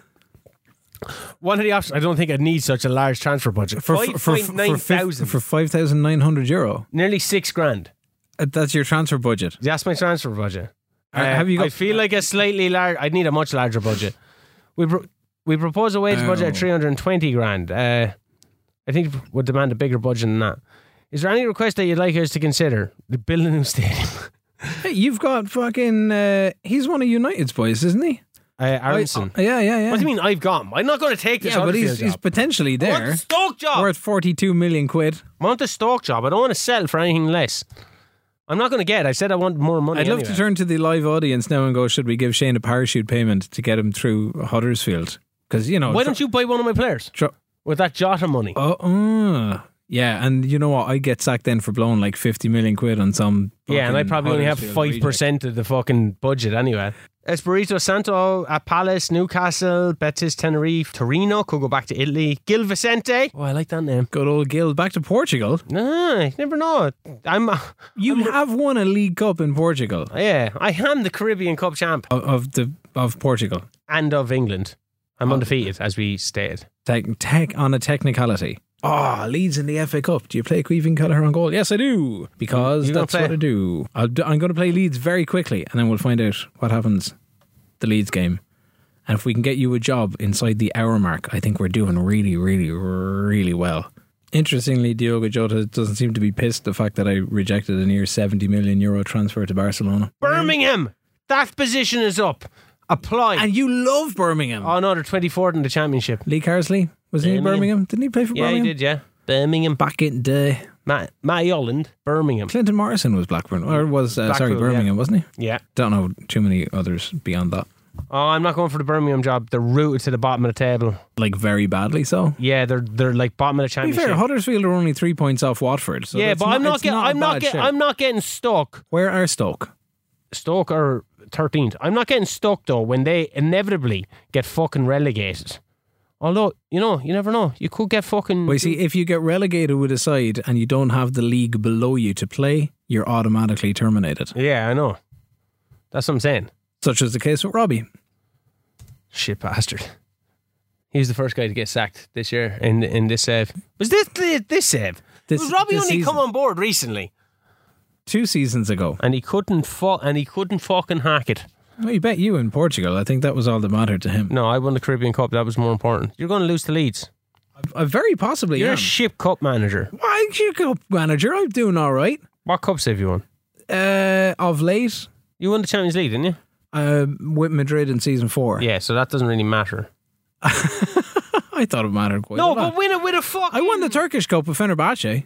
One of the options, I don't think I'd need such a large transfer budget.
For, for, for,
5.9 thousand.
for 5,900 euro.
Nearly six grand.
Uh, That's your transfer budget.
That's my transfer budget.
Uh, have you got-
I feel like a slightly large. I'd need a much larger budget. We pro- we propose a wage budget of
Oh.
three hundred and twenty grand. Uh, I think would demand a bigger budget than that. Is there any request that you'd like us to consider? The building new stadium.
Hey, you've got fucking. Uh, he's one of United's boys, isn't he?
Uh, Aronson.
I- yeah, yeah, yeah.
what do you mean? I've got him. I'm not going to take this.
Yeah, but
Huddersfield
he's, he's
job.
potentially
I want
there.
the Stoke job.
Worth 42 million quid.
I want the Stoke job. I don't want to sell for anything less. I'm not going to get. it. I said I want more money.
I'd love to
anyway.
turn to the live audience now and go, should we give Shane a parachute payment to get him through Huddersfield? Because, you know.
Why don't you buy one of my players with that Jota money?
Oh, uh, yeah, and you know what? I get sacked then for blowing like 50 million quid on some.
Yeah, and I
fucking
probably only have
Huddersfield
five percent of the fucking budget anyway. Espirito Santo at Palace, Newcastle, Betis, Tenerife, Torino could go back to Italy. Gil Vicente. Oh, I like that name.
reject. Good old Gil back to Portugal.
No, you never know. I'm uh,
You have won a League Cup in Portugal
yeah, I am the Caribbean Cup champ
of, of the of Portugal.
and of England.
Oh.
I'm undefeated, as we stated.
Tech, tech on a technicality. Ah, Leeds in the FA Cup. Do you play Queven Kelleher on goal? Yes, I do. Because
You gonna
that's
play?
what I do. I'll, do- I'm going to play Leeds very quickly, and then we'll find out what happens the Leeds game. And if we can get you a job inside the hour mark, I think we're doing really, really, really well. Interestingly, Diogo Jota doesn't seem to be pissed the fact that I rejected a near 70 million euro transfer to Barcelona.
Birmingham. That position is up. Apply.
And you love Birmingham.
oh no, they're 24th in the championship.
Lee Carsley, was he in
Birmingham.
Birmingham? Didn't he play for
Yeah, he
Birmingham?
did. Yeah, Birmingham.
Back in the day.
Matt, Matty Holland, Birmingham.
Clinton Morrison was Blackburn, or was uh, sorry
Blackpool,
Birmingham, wasn't he?
Yeah.
Don't know too many others beyond that.
Oh, I'm not going for the Birmingham job. They're rooted to the bottom of the table.
Like very badly. So to
Yeah, they're they're like bottom of the
be
championship.
fair, Huddersfield are only three points off Watford. So
yeah,
that's
but I'm not
it's
getting I'm
a
not
bad
getting
shout.
I'm not getting stuck.
Where are Stoke?
Stoke are 13th. I'm not getting stuck though when they inevitably get fucking relegated. Although you know, you never know. You could get fucking.
Well, you see,
Mm-hmm.
if you get relegated with a side and you don't have the league below you to play, you're automatically terminated.
Yeah, I know. That's what I'm saying.
Such was the case with Robbie.
Shit bastard. He was the first guy to get sacked this year in in this save. Was this this save?
This-
was Robbie
this
only
season.
come on board recently,
Two seasons ago.
and he couldn't fu- and he couldn't fucking hack it.
Well, you bet you in Portugal. I think that was all that mattered to him.
No, I won the Caribbean Cup. That was more important. You're going to lose to Leeds.
I Uh, very possibly
You're
am.
a ship cup manager.
Why you go manager? I'm doing all right.
What cups have you won?
Uh, of late,
You won the Champions League, didn't you?
uh, with Madrid in season four.
Yeah, so that doesn't really matter.
I thought it mattered quite a
No,
lot.
but win it with a fuck.
I won the Turkish Cup with Fenerbahce.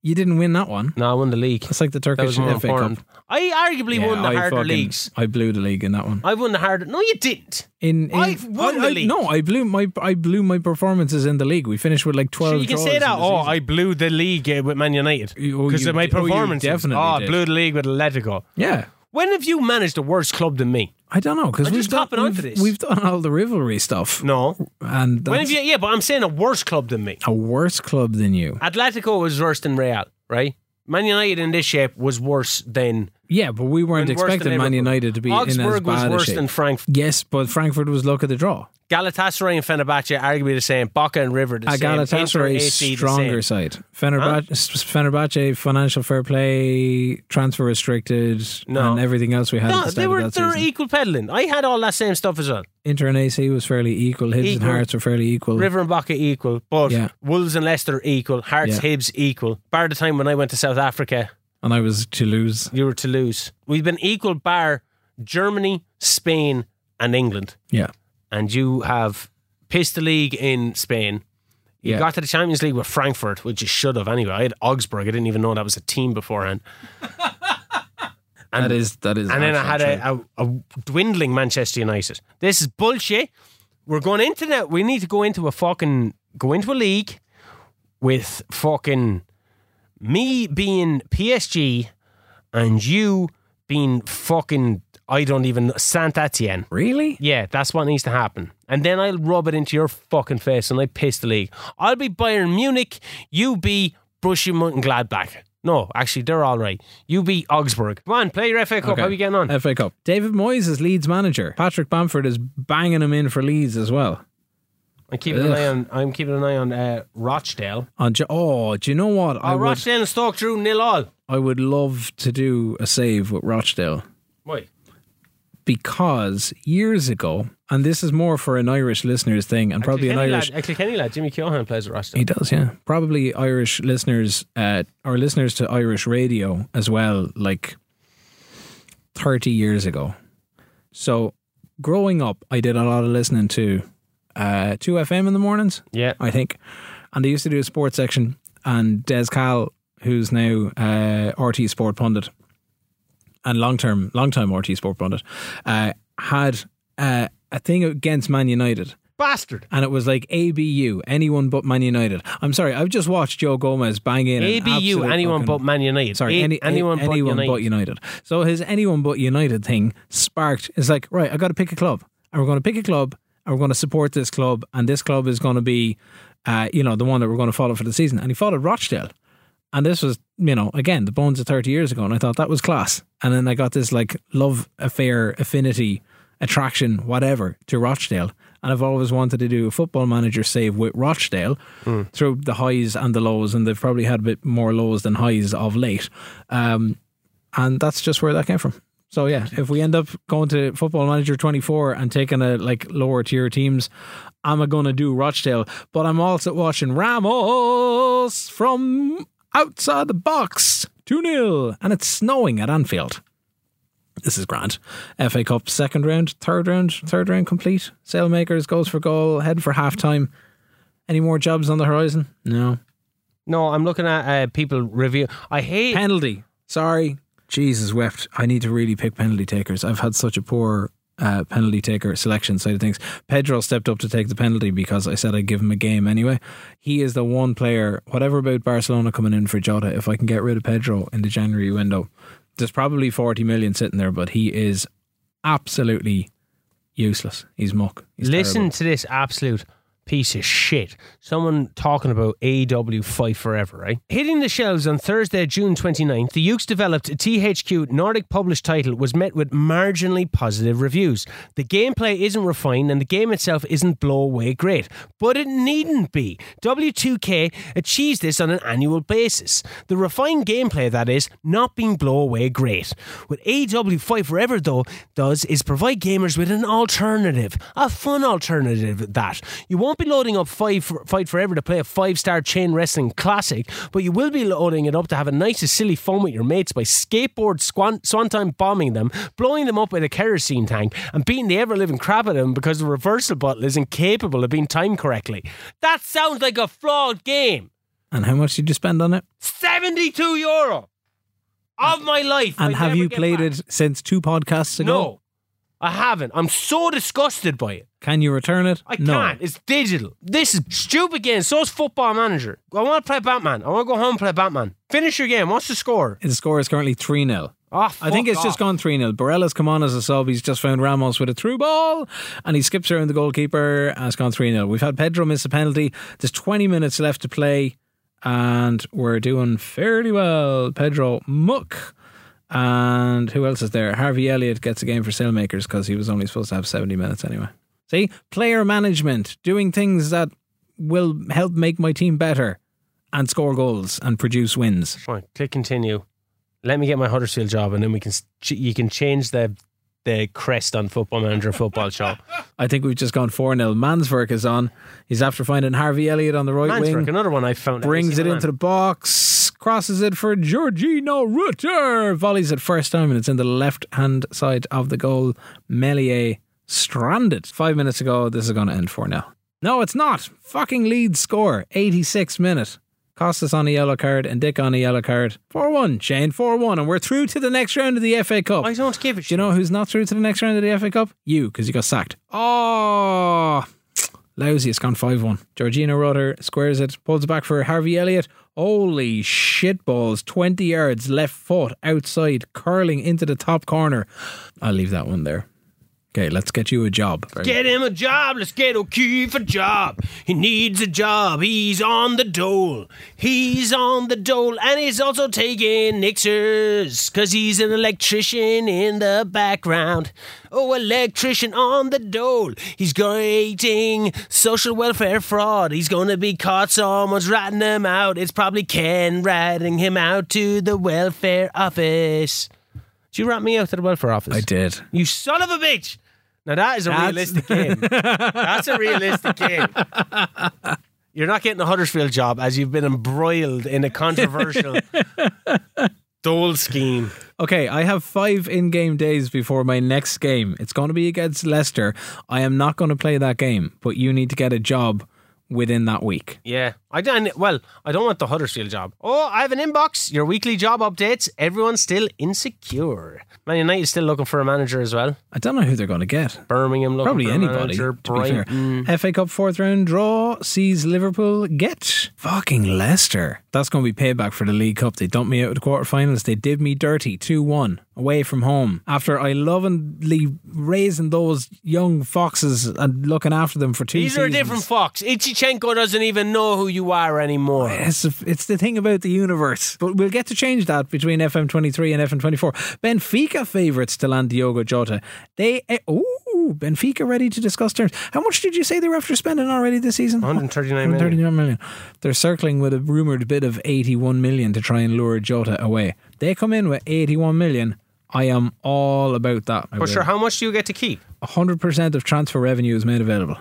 You didn't win that one.
No, I won the league.
That's like the
That
Turkish
was more
FA
important.
Cup.
I arguably won the
I
harder
fucking-
leagues.
I blew the league in that one.
I won the harder. No, you didn't.
In, in
I've won
I-
the
I-
league.
No, I blew my I blew my performances in the league. We finished with like
Sure,
twelve.
you can
draws
say
in
that.
the
Oh,
season.
I blew the league uh, with Man United
You- oh,
because
you
of my
d- oh, you
performance.
definitely
I
did.
Ah, blew the league with Atletico.
yeah.
When have you managed a worse club than me?
I don't know because
I'm
we've
just
done
hopping onto
we've-
this.
we've done all the rivalry stuff.
No.
and
When
that's
have you? Yeah, but I'm saying a worse club than me.
a worse club than you.
Atletico was worse than Real, right? Man United in this shape was worse than
Yeah, but we weren't
and worse than
expecting Man
Liverpool.
United to be in as
Augsburg was
bad a
worse
shape.
than Frankfurt.
yes, but Frankfurt was luck of the draw.
Galatasaray and Fenerbahce arguably the same. Baca and River the
A
same. Inter,
Ah, Galatasaray
AC, the
stronger
same.
side. Fenerbahce, Fenerbahce, financial fair play, transfer restricted,
No.
and everything else we had. at
No,
the
they
start
were
of
they
that
were
season.
equal peddling. I had all that same stuff as well.
Inter and AC was fairly equal. Hibs and
Equal.
Hearts were fairly equal.
River and Baca equal, but
Yeah.
Wolves and Leicester equal, Hearts
Yeah.
Hibs equal. Bar the time when I went to South Africa,
And I was Toulouse.
you were Toulouse. We've been equal bar Germany, Spain, and England.
Yeah.
and you have pissed the league in Spain. You
Yeah.
got to the Champions League with Frankfurt, which you should have anyway. I had Augsburg. I didn't even know that was a team beforehand. And
That is that is.
and then I had
actually true.
a, a, a dwindling Manchester United. This is bullshit. We're going into that. We need to go into a fucking go into a league with fucking me being PSG and you being fucking I don't even Saint Etienne.
really.
Yeah, that's what needs to happen. And then I'll rub it into your fucking face and I piss the league. I'll be Bayern Munich, you be Borussia Mönchengladbach. No, actually, they're all right. You be Augsburg. Come on, play your FA Cup. How are you getting on?
FA Cup. David Moyes is Leeds manager. Patrick Bamford is banging him in for Leeds as well.
I'm keeping an eye on. I'm keeping an eye on uh, Rochdale.
On jo- oh, do you know what?
Oh,
I would
Rochdale and Stoke drew nil all.
I would love to do a save with Rochdale
Why?
because years ago, and this is more for an Irish listeners thing, and probably an
Kilkenny
Irish.
Lad, a Kilkenny lad, Jimmy Keohan plays at Rochdale.
He does, yeah. Probably Irish listeners, uh, or listeners to Irish radio as well, like 30 years ago. So, growing up, I did a lot of listening to uh, 2FM in the mornings,
Yeah.
I think. And they used to do a sports section, and Des Cal, who's now uh, RT Sport Pundit, and long term, long time RT Sport Pundit, uh, had uh, a thing against Man United
Bastard.
and it was like ABU, anyone but Man United. I'm sorry, I've just watched Joe Gomez bang in. an
ABU,
absolute
anyone
fucking-
but Man United.
Sorry,
A-
any,
anyone, but
anyone
United.
but United. So his anyone but United thing sparked. It's like right, I got to pick a club, and we're going to pick a club, and we're going to support this club, and this club is going to be, uh, you know, the one that we're going to follow for the season. And he followed Rochdale, and this was, you know, again the bones of thirty years ago, and I thought that was class. And then I got this like love affair, affinity, attraction, whatever to Rochdale. And I've always wanted to do a football manager save with Rochdale through the highs and the lows, and they've probably had a bit more lows than highs of late. Um, and that's just where that came from. So yeah, if we end up going to Football Manager 24 and taking a like lower tier teams, I'm gonna do Rochdale, but I'm also watching Ramos from outside the box 2 0 and it's snowing at Anfield. This is grand. FA Cup second round, third round, third round complete. Sailmakers goes for goal, head for half time. Any more jobs on the horizon? No.
No, I'm looking at uh, people review. I hate.
penalty. Sorry. Jesus wept. I need to really pick penalty takers. I've had such a poor uh, penalty taker selection side of things. Pedro stepped up to take the penalty because I said I'd give him a game anyway. He is the one player, whatever about Barcelona coming in for Jota, if I can get rid of Pedro in the January window, there's probably 40 million sitting there, but he is absolutely useless. He's muck. He's
Listen
terrible.
to this absolute piece of shit. Someone talking about AW Fight Forever, right? Hitting the shelves on Thursday, June 29th, the Ukes developed THQ Nordic published title was met with marginally positive reviews. The gameplay isn't refined and the game itself isn't blow away great, but it needn't be. W2K achieves this on an annual basis. The refined gameplay, that is, not being blow away great. What AW5 Forever, though, does is provide gamers with an alternative, a fun alternative at that. You won't be loading up five, Fight Forever to play a five star chain wrestling classic, but you will be loading it up to have a nice and silly fun with your mates by skateboard squan- swanton bombing them, blowing them up with a kerosene tank, and beating the ever living crap out of them because the reversal bottle is incapable of being timed correctly. That sounds like a flawed game.
And how much did you spend on it?
72 euro of my life.
And
I
have
never
you
get
played
back.
it since two podcasts ago?
No, I haven't. I'm so disgusted by it.
Can you return it?
I
no.
can't. It's digital. This is stupid game. So is Football Manager. I want to play Batman. I want to go home and play Batman. Finish your game. What's the score?
The score is currently 3 0.
Oh,
I think
fuck
it's just
off.
gone 3 0. Barella's come on as a sub. He's just found Ramos with a through ball and he skips around the goalkeeper and it's gone 3 0. We've had Pedro miss a penalty. There's 20 minutes left to play and we're doing fairly well. Pedro Muck. And who else is there? Harvey Elliott gets a game for Sailmakers because he was only supposed to have 70 minutes anyway. See, player management, doing things that will help make my team better and score goals and produce wins.
Fine. Click continue. Let me get my Huddersfield job, and then we can. s- ch- You can change the the crest on Football Manager Football Show.
I think we've just gone 4 0. Mansverk is on. He's after finding Harvey Elliott on the right
Man's
wing.
work, another one I found.
Brings it into the box. Crosses it for Giorgino Rutter. Volleys it first time and it's in the left hand side of the goal. Melier stranded. Five minutes ago, this is going to end 4 0. No, it's not. Fucking lead score. 86 minute. Costas on a yellow card and Dick on a yellow card. 4 1, Shane, 4 1. And we're through to the next round of the FA Cup.
I don't give a
Do you
shit.
know who's not through to the next round of the FA Cup? You, because you got sacked. Oh, lousy. It's gone 5 1. Georgina Rutter squares it, pulls it back for Harvey Elliott. Holy shit balls. 20 yards left foot outside, curling into the top corner. I'll leave that one there. Okay, let's get you a job.
Get him a job, let's get O'Keefe a job. He needs a job, he's on the dole. He's on the dole, and he's also taking Nixers, because he's an electrician in the background. Oh, electrician on the dole. He's creating social welfare fraud. He's going to be caught, someone's ratting him out. It's probably Ken ratting him out to the welfare office. Did you rat me out to the welfare office?
I did.
You son of a bitch! Now that is a
That's-
realistic game. That's a realistic game. You're not getting a Huddersfield job as you've been embroiled in a controversial dole scheme.
Okay, I have five in game days before my next game. It's going to be against Leicester. I am not going to play that game, but you need to get a job within that week.
Yeah, I don't. Well, I don't want the Huddersfield job. Oh, I have an inbox. Your weekly job updates. Everyone's still insecure. Man United's still looking for a manager as well.
I don't know who they're going to get.
Birmingham looking
Probably
for a
anybody.
manager.
To be fair.
Brighton.
FA Cup fourth round draw sees Liverpool get fucking Leicester. That's going to be payback for the League Cup. They dumped me out of the quarterfinals. They did me dirty 2 1 away from home after I lovingly raising those young foxes and looking after them for two
These are a
seasons.
different fox. Ichichenko doesn't even know who you are anymore.
It's, it's the thing about the universe. But we'll get to change that between FM23 and FM24. Benfica favourites to land Diogo Jota. They, eh, ooh, Benfica ready to discuss terms. How much did you say they were after spending already this season?
139 million.
139 million. They're circling with a rumoured bid of 81 million to try and lure Jota away. They come in with 81 million. I am all about that.
For sure, how much do you get to keep?
100% of transfer revenue is made available.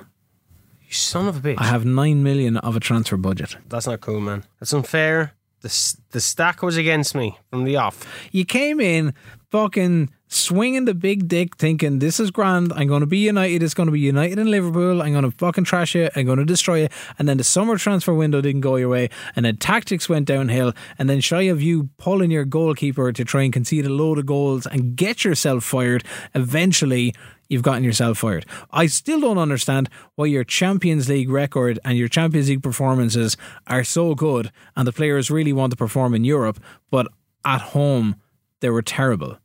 You son of a bitch.
I have 9 million of a transfer budget.
That's not cool, man. That's unfair. The, s- the stack was against me from the off.
You came in fucking swinging the big dick, thinking this is grand. I'm going to be United. It's going to be United and Liverpool. I'm going to fucking trash it. I'm going to destroy it. And then the summer transfer window didn't go your way, and then tactics went downhill. And then shy of you pulling your goalkeeper to try and concede a load of goals and get yourself fired. Eventually. You've gotten yourself fired. I still don't understand why your Champions League record and your Champions League performances are so good and the players really want to perform in Europe, but at home they were terrible.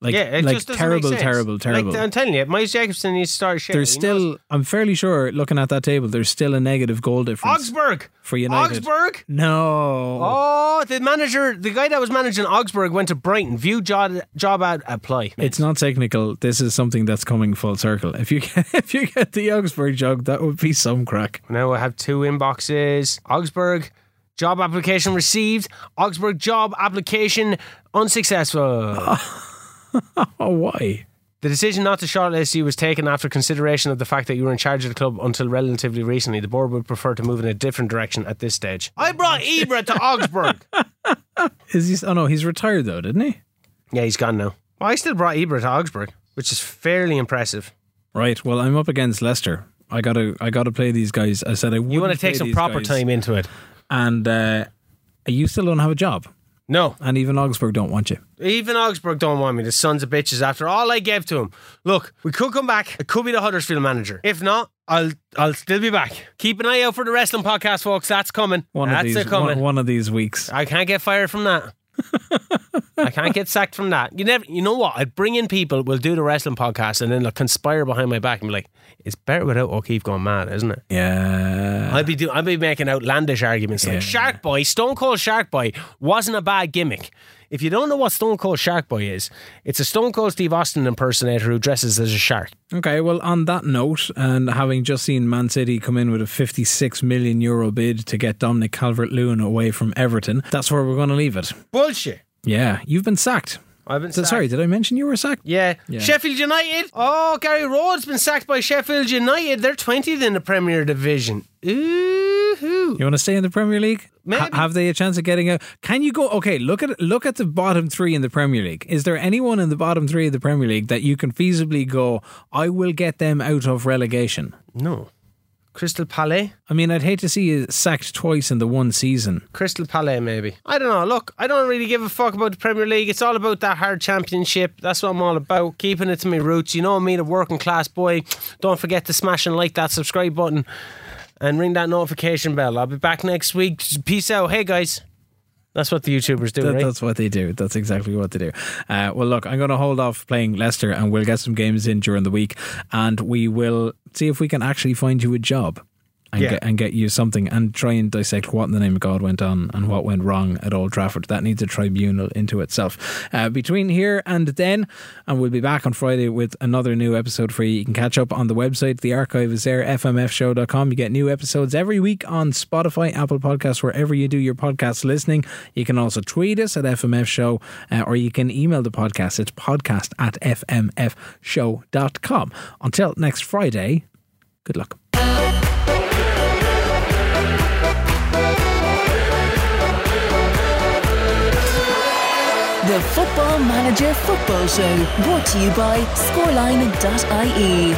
Like,
Yeah, it
like
just doesn't
terrible,
make sense.
terrible, terrible,
Like, I'm telling you, Miles Jacobson needs to start sharing.
There's still, I'm fairly sure, looking at that table, there's still a negative goal difference
Augsburg
for United.
Augsburg.
No.
Oh, the manager, the guy that was managing Augsburg went to Brighton. View job, job ad apply.
It's not technical. This is something that's coming full circle. If you get, if you get the Augsburg job, that would be some crack.
Now I have two inboxes. Augsburg job application received. Augsburg job application unsuccessful.
Oh, why?
The decision not to shortlist you was taken after consideration of the fact that you were in charge of the club until relatively recently. The board would prefer to move in a different direction at this stage. I brought Ibra to Augsburg.
Is he? Oh no, he's retired though, didn't he?
yeah, he's gone now. Well, I still brought Ibra to Augsburg, which is fairly impressive.
Right. Well, I'm up against Leicester. I gotta, I gotta play these guys. I said I would.
You want to take some proper time into it?
And uh, you still don't have a job,
No,
and even Augsburg don't want you.
even Augsburg don't want me. The sons of bitches. After all I gave to him, look, we could come back. It could be the Huddersfield manager. If not, I'll I'll still be back. Keep an eye out for the wrestling podcast, folks. That's coming.
One
That's
of
a
these,
coming.
one, one of these weeks.
I can't get fired from that. I can't get sacked from that. You never, you know what? I'd bring in people. We'll do the wrestling podcast, and then they'll conspire behind my back and be like, "It's better without O'Keefe going mad, isn't it?"
Yeah.
I'd be do, I'd be making outlandish arguments like Shark Boy, Stone Cold Shark Boy wasn't a bad gimmick. If you don't know what Stone Cold Shark Boy is, it's a Stone Cold Steve Austin impersonator who dresses as a shark.
Okay, well, on that note, and having just seen Man City come in with a 56 million euro bid to get Dominic Calvert Lewin away from Everton, that's where we're going to leave it.
Bullshit.
Yeah, you've been sacked.
I've been
So-
sacked.
Sorry, did I mention you were sacked?
Yeah.
Yeah.
Sheffield United. Oh, Gary Rowe's been sacked by Sheffield United. They're 20th in the Premier Division. Ooh.
You want to stay in the Premier League?
Maybe.
have they a chance of getting out? Can you go? Okay, look at look at the bottom three in the Premier League. Is there anyone in the bottom three of the Premier League that you can feasibly go? I will get them out of relegation.
No. Crystal Palais?
I mean, I'd hate to see you sacked twice in the one season.
Crystal Palais, maybe. I don't know. Look, I don't really give a fuck about the Premier League. It's all about that hard championship. That's what I'm all about. Keeping it to my roots. You know me, the working class boy. Don't forget to smash and like that subscribe button and ring that notification bell. I'll be back next week. Peace out. Hey, guys. That's what the YouTubers do,
That-
right?
That's what they do. That's exactly what they do. Uh, well, look, I'm going to hold off playing Leicester and we'll get some games in during the week and we will see if we can actually find you a job and,
Yeah.
get, and get you something and try and dissect what in the name of God went on and what went wrong at Old Trafford. That needs a tribunal into itself. Uh, between here and then, and we'll be back on Friday with another new episode for you. You can catch up on the website. The archive is there, fmfshow.com. You get new episodes every week on Spotify, Apple Podcasts, wherever you do your podcast listening. You can also tweet us at FMF Show uh, or you can email the podcast. It's podcast at fmfshow.com. Until next Friday, good luck.
The Football E. Manager Football Show, brought to you by scoreline.ie.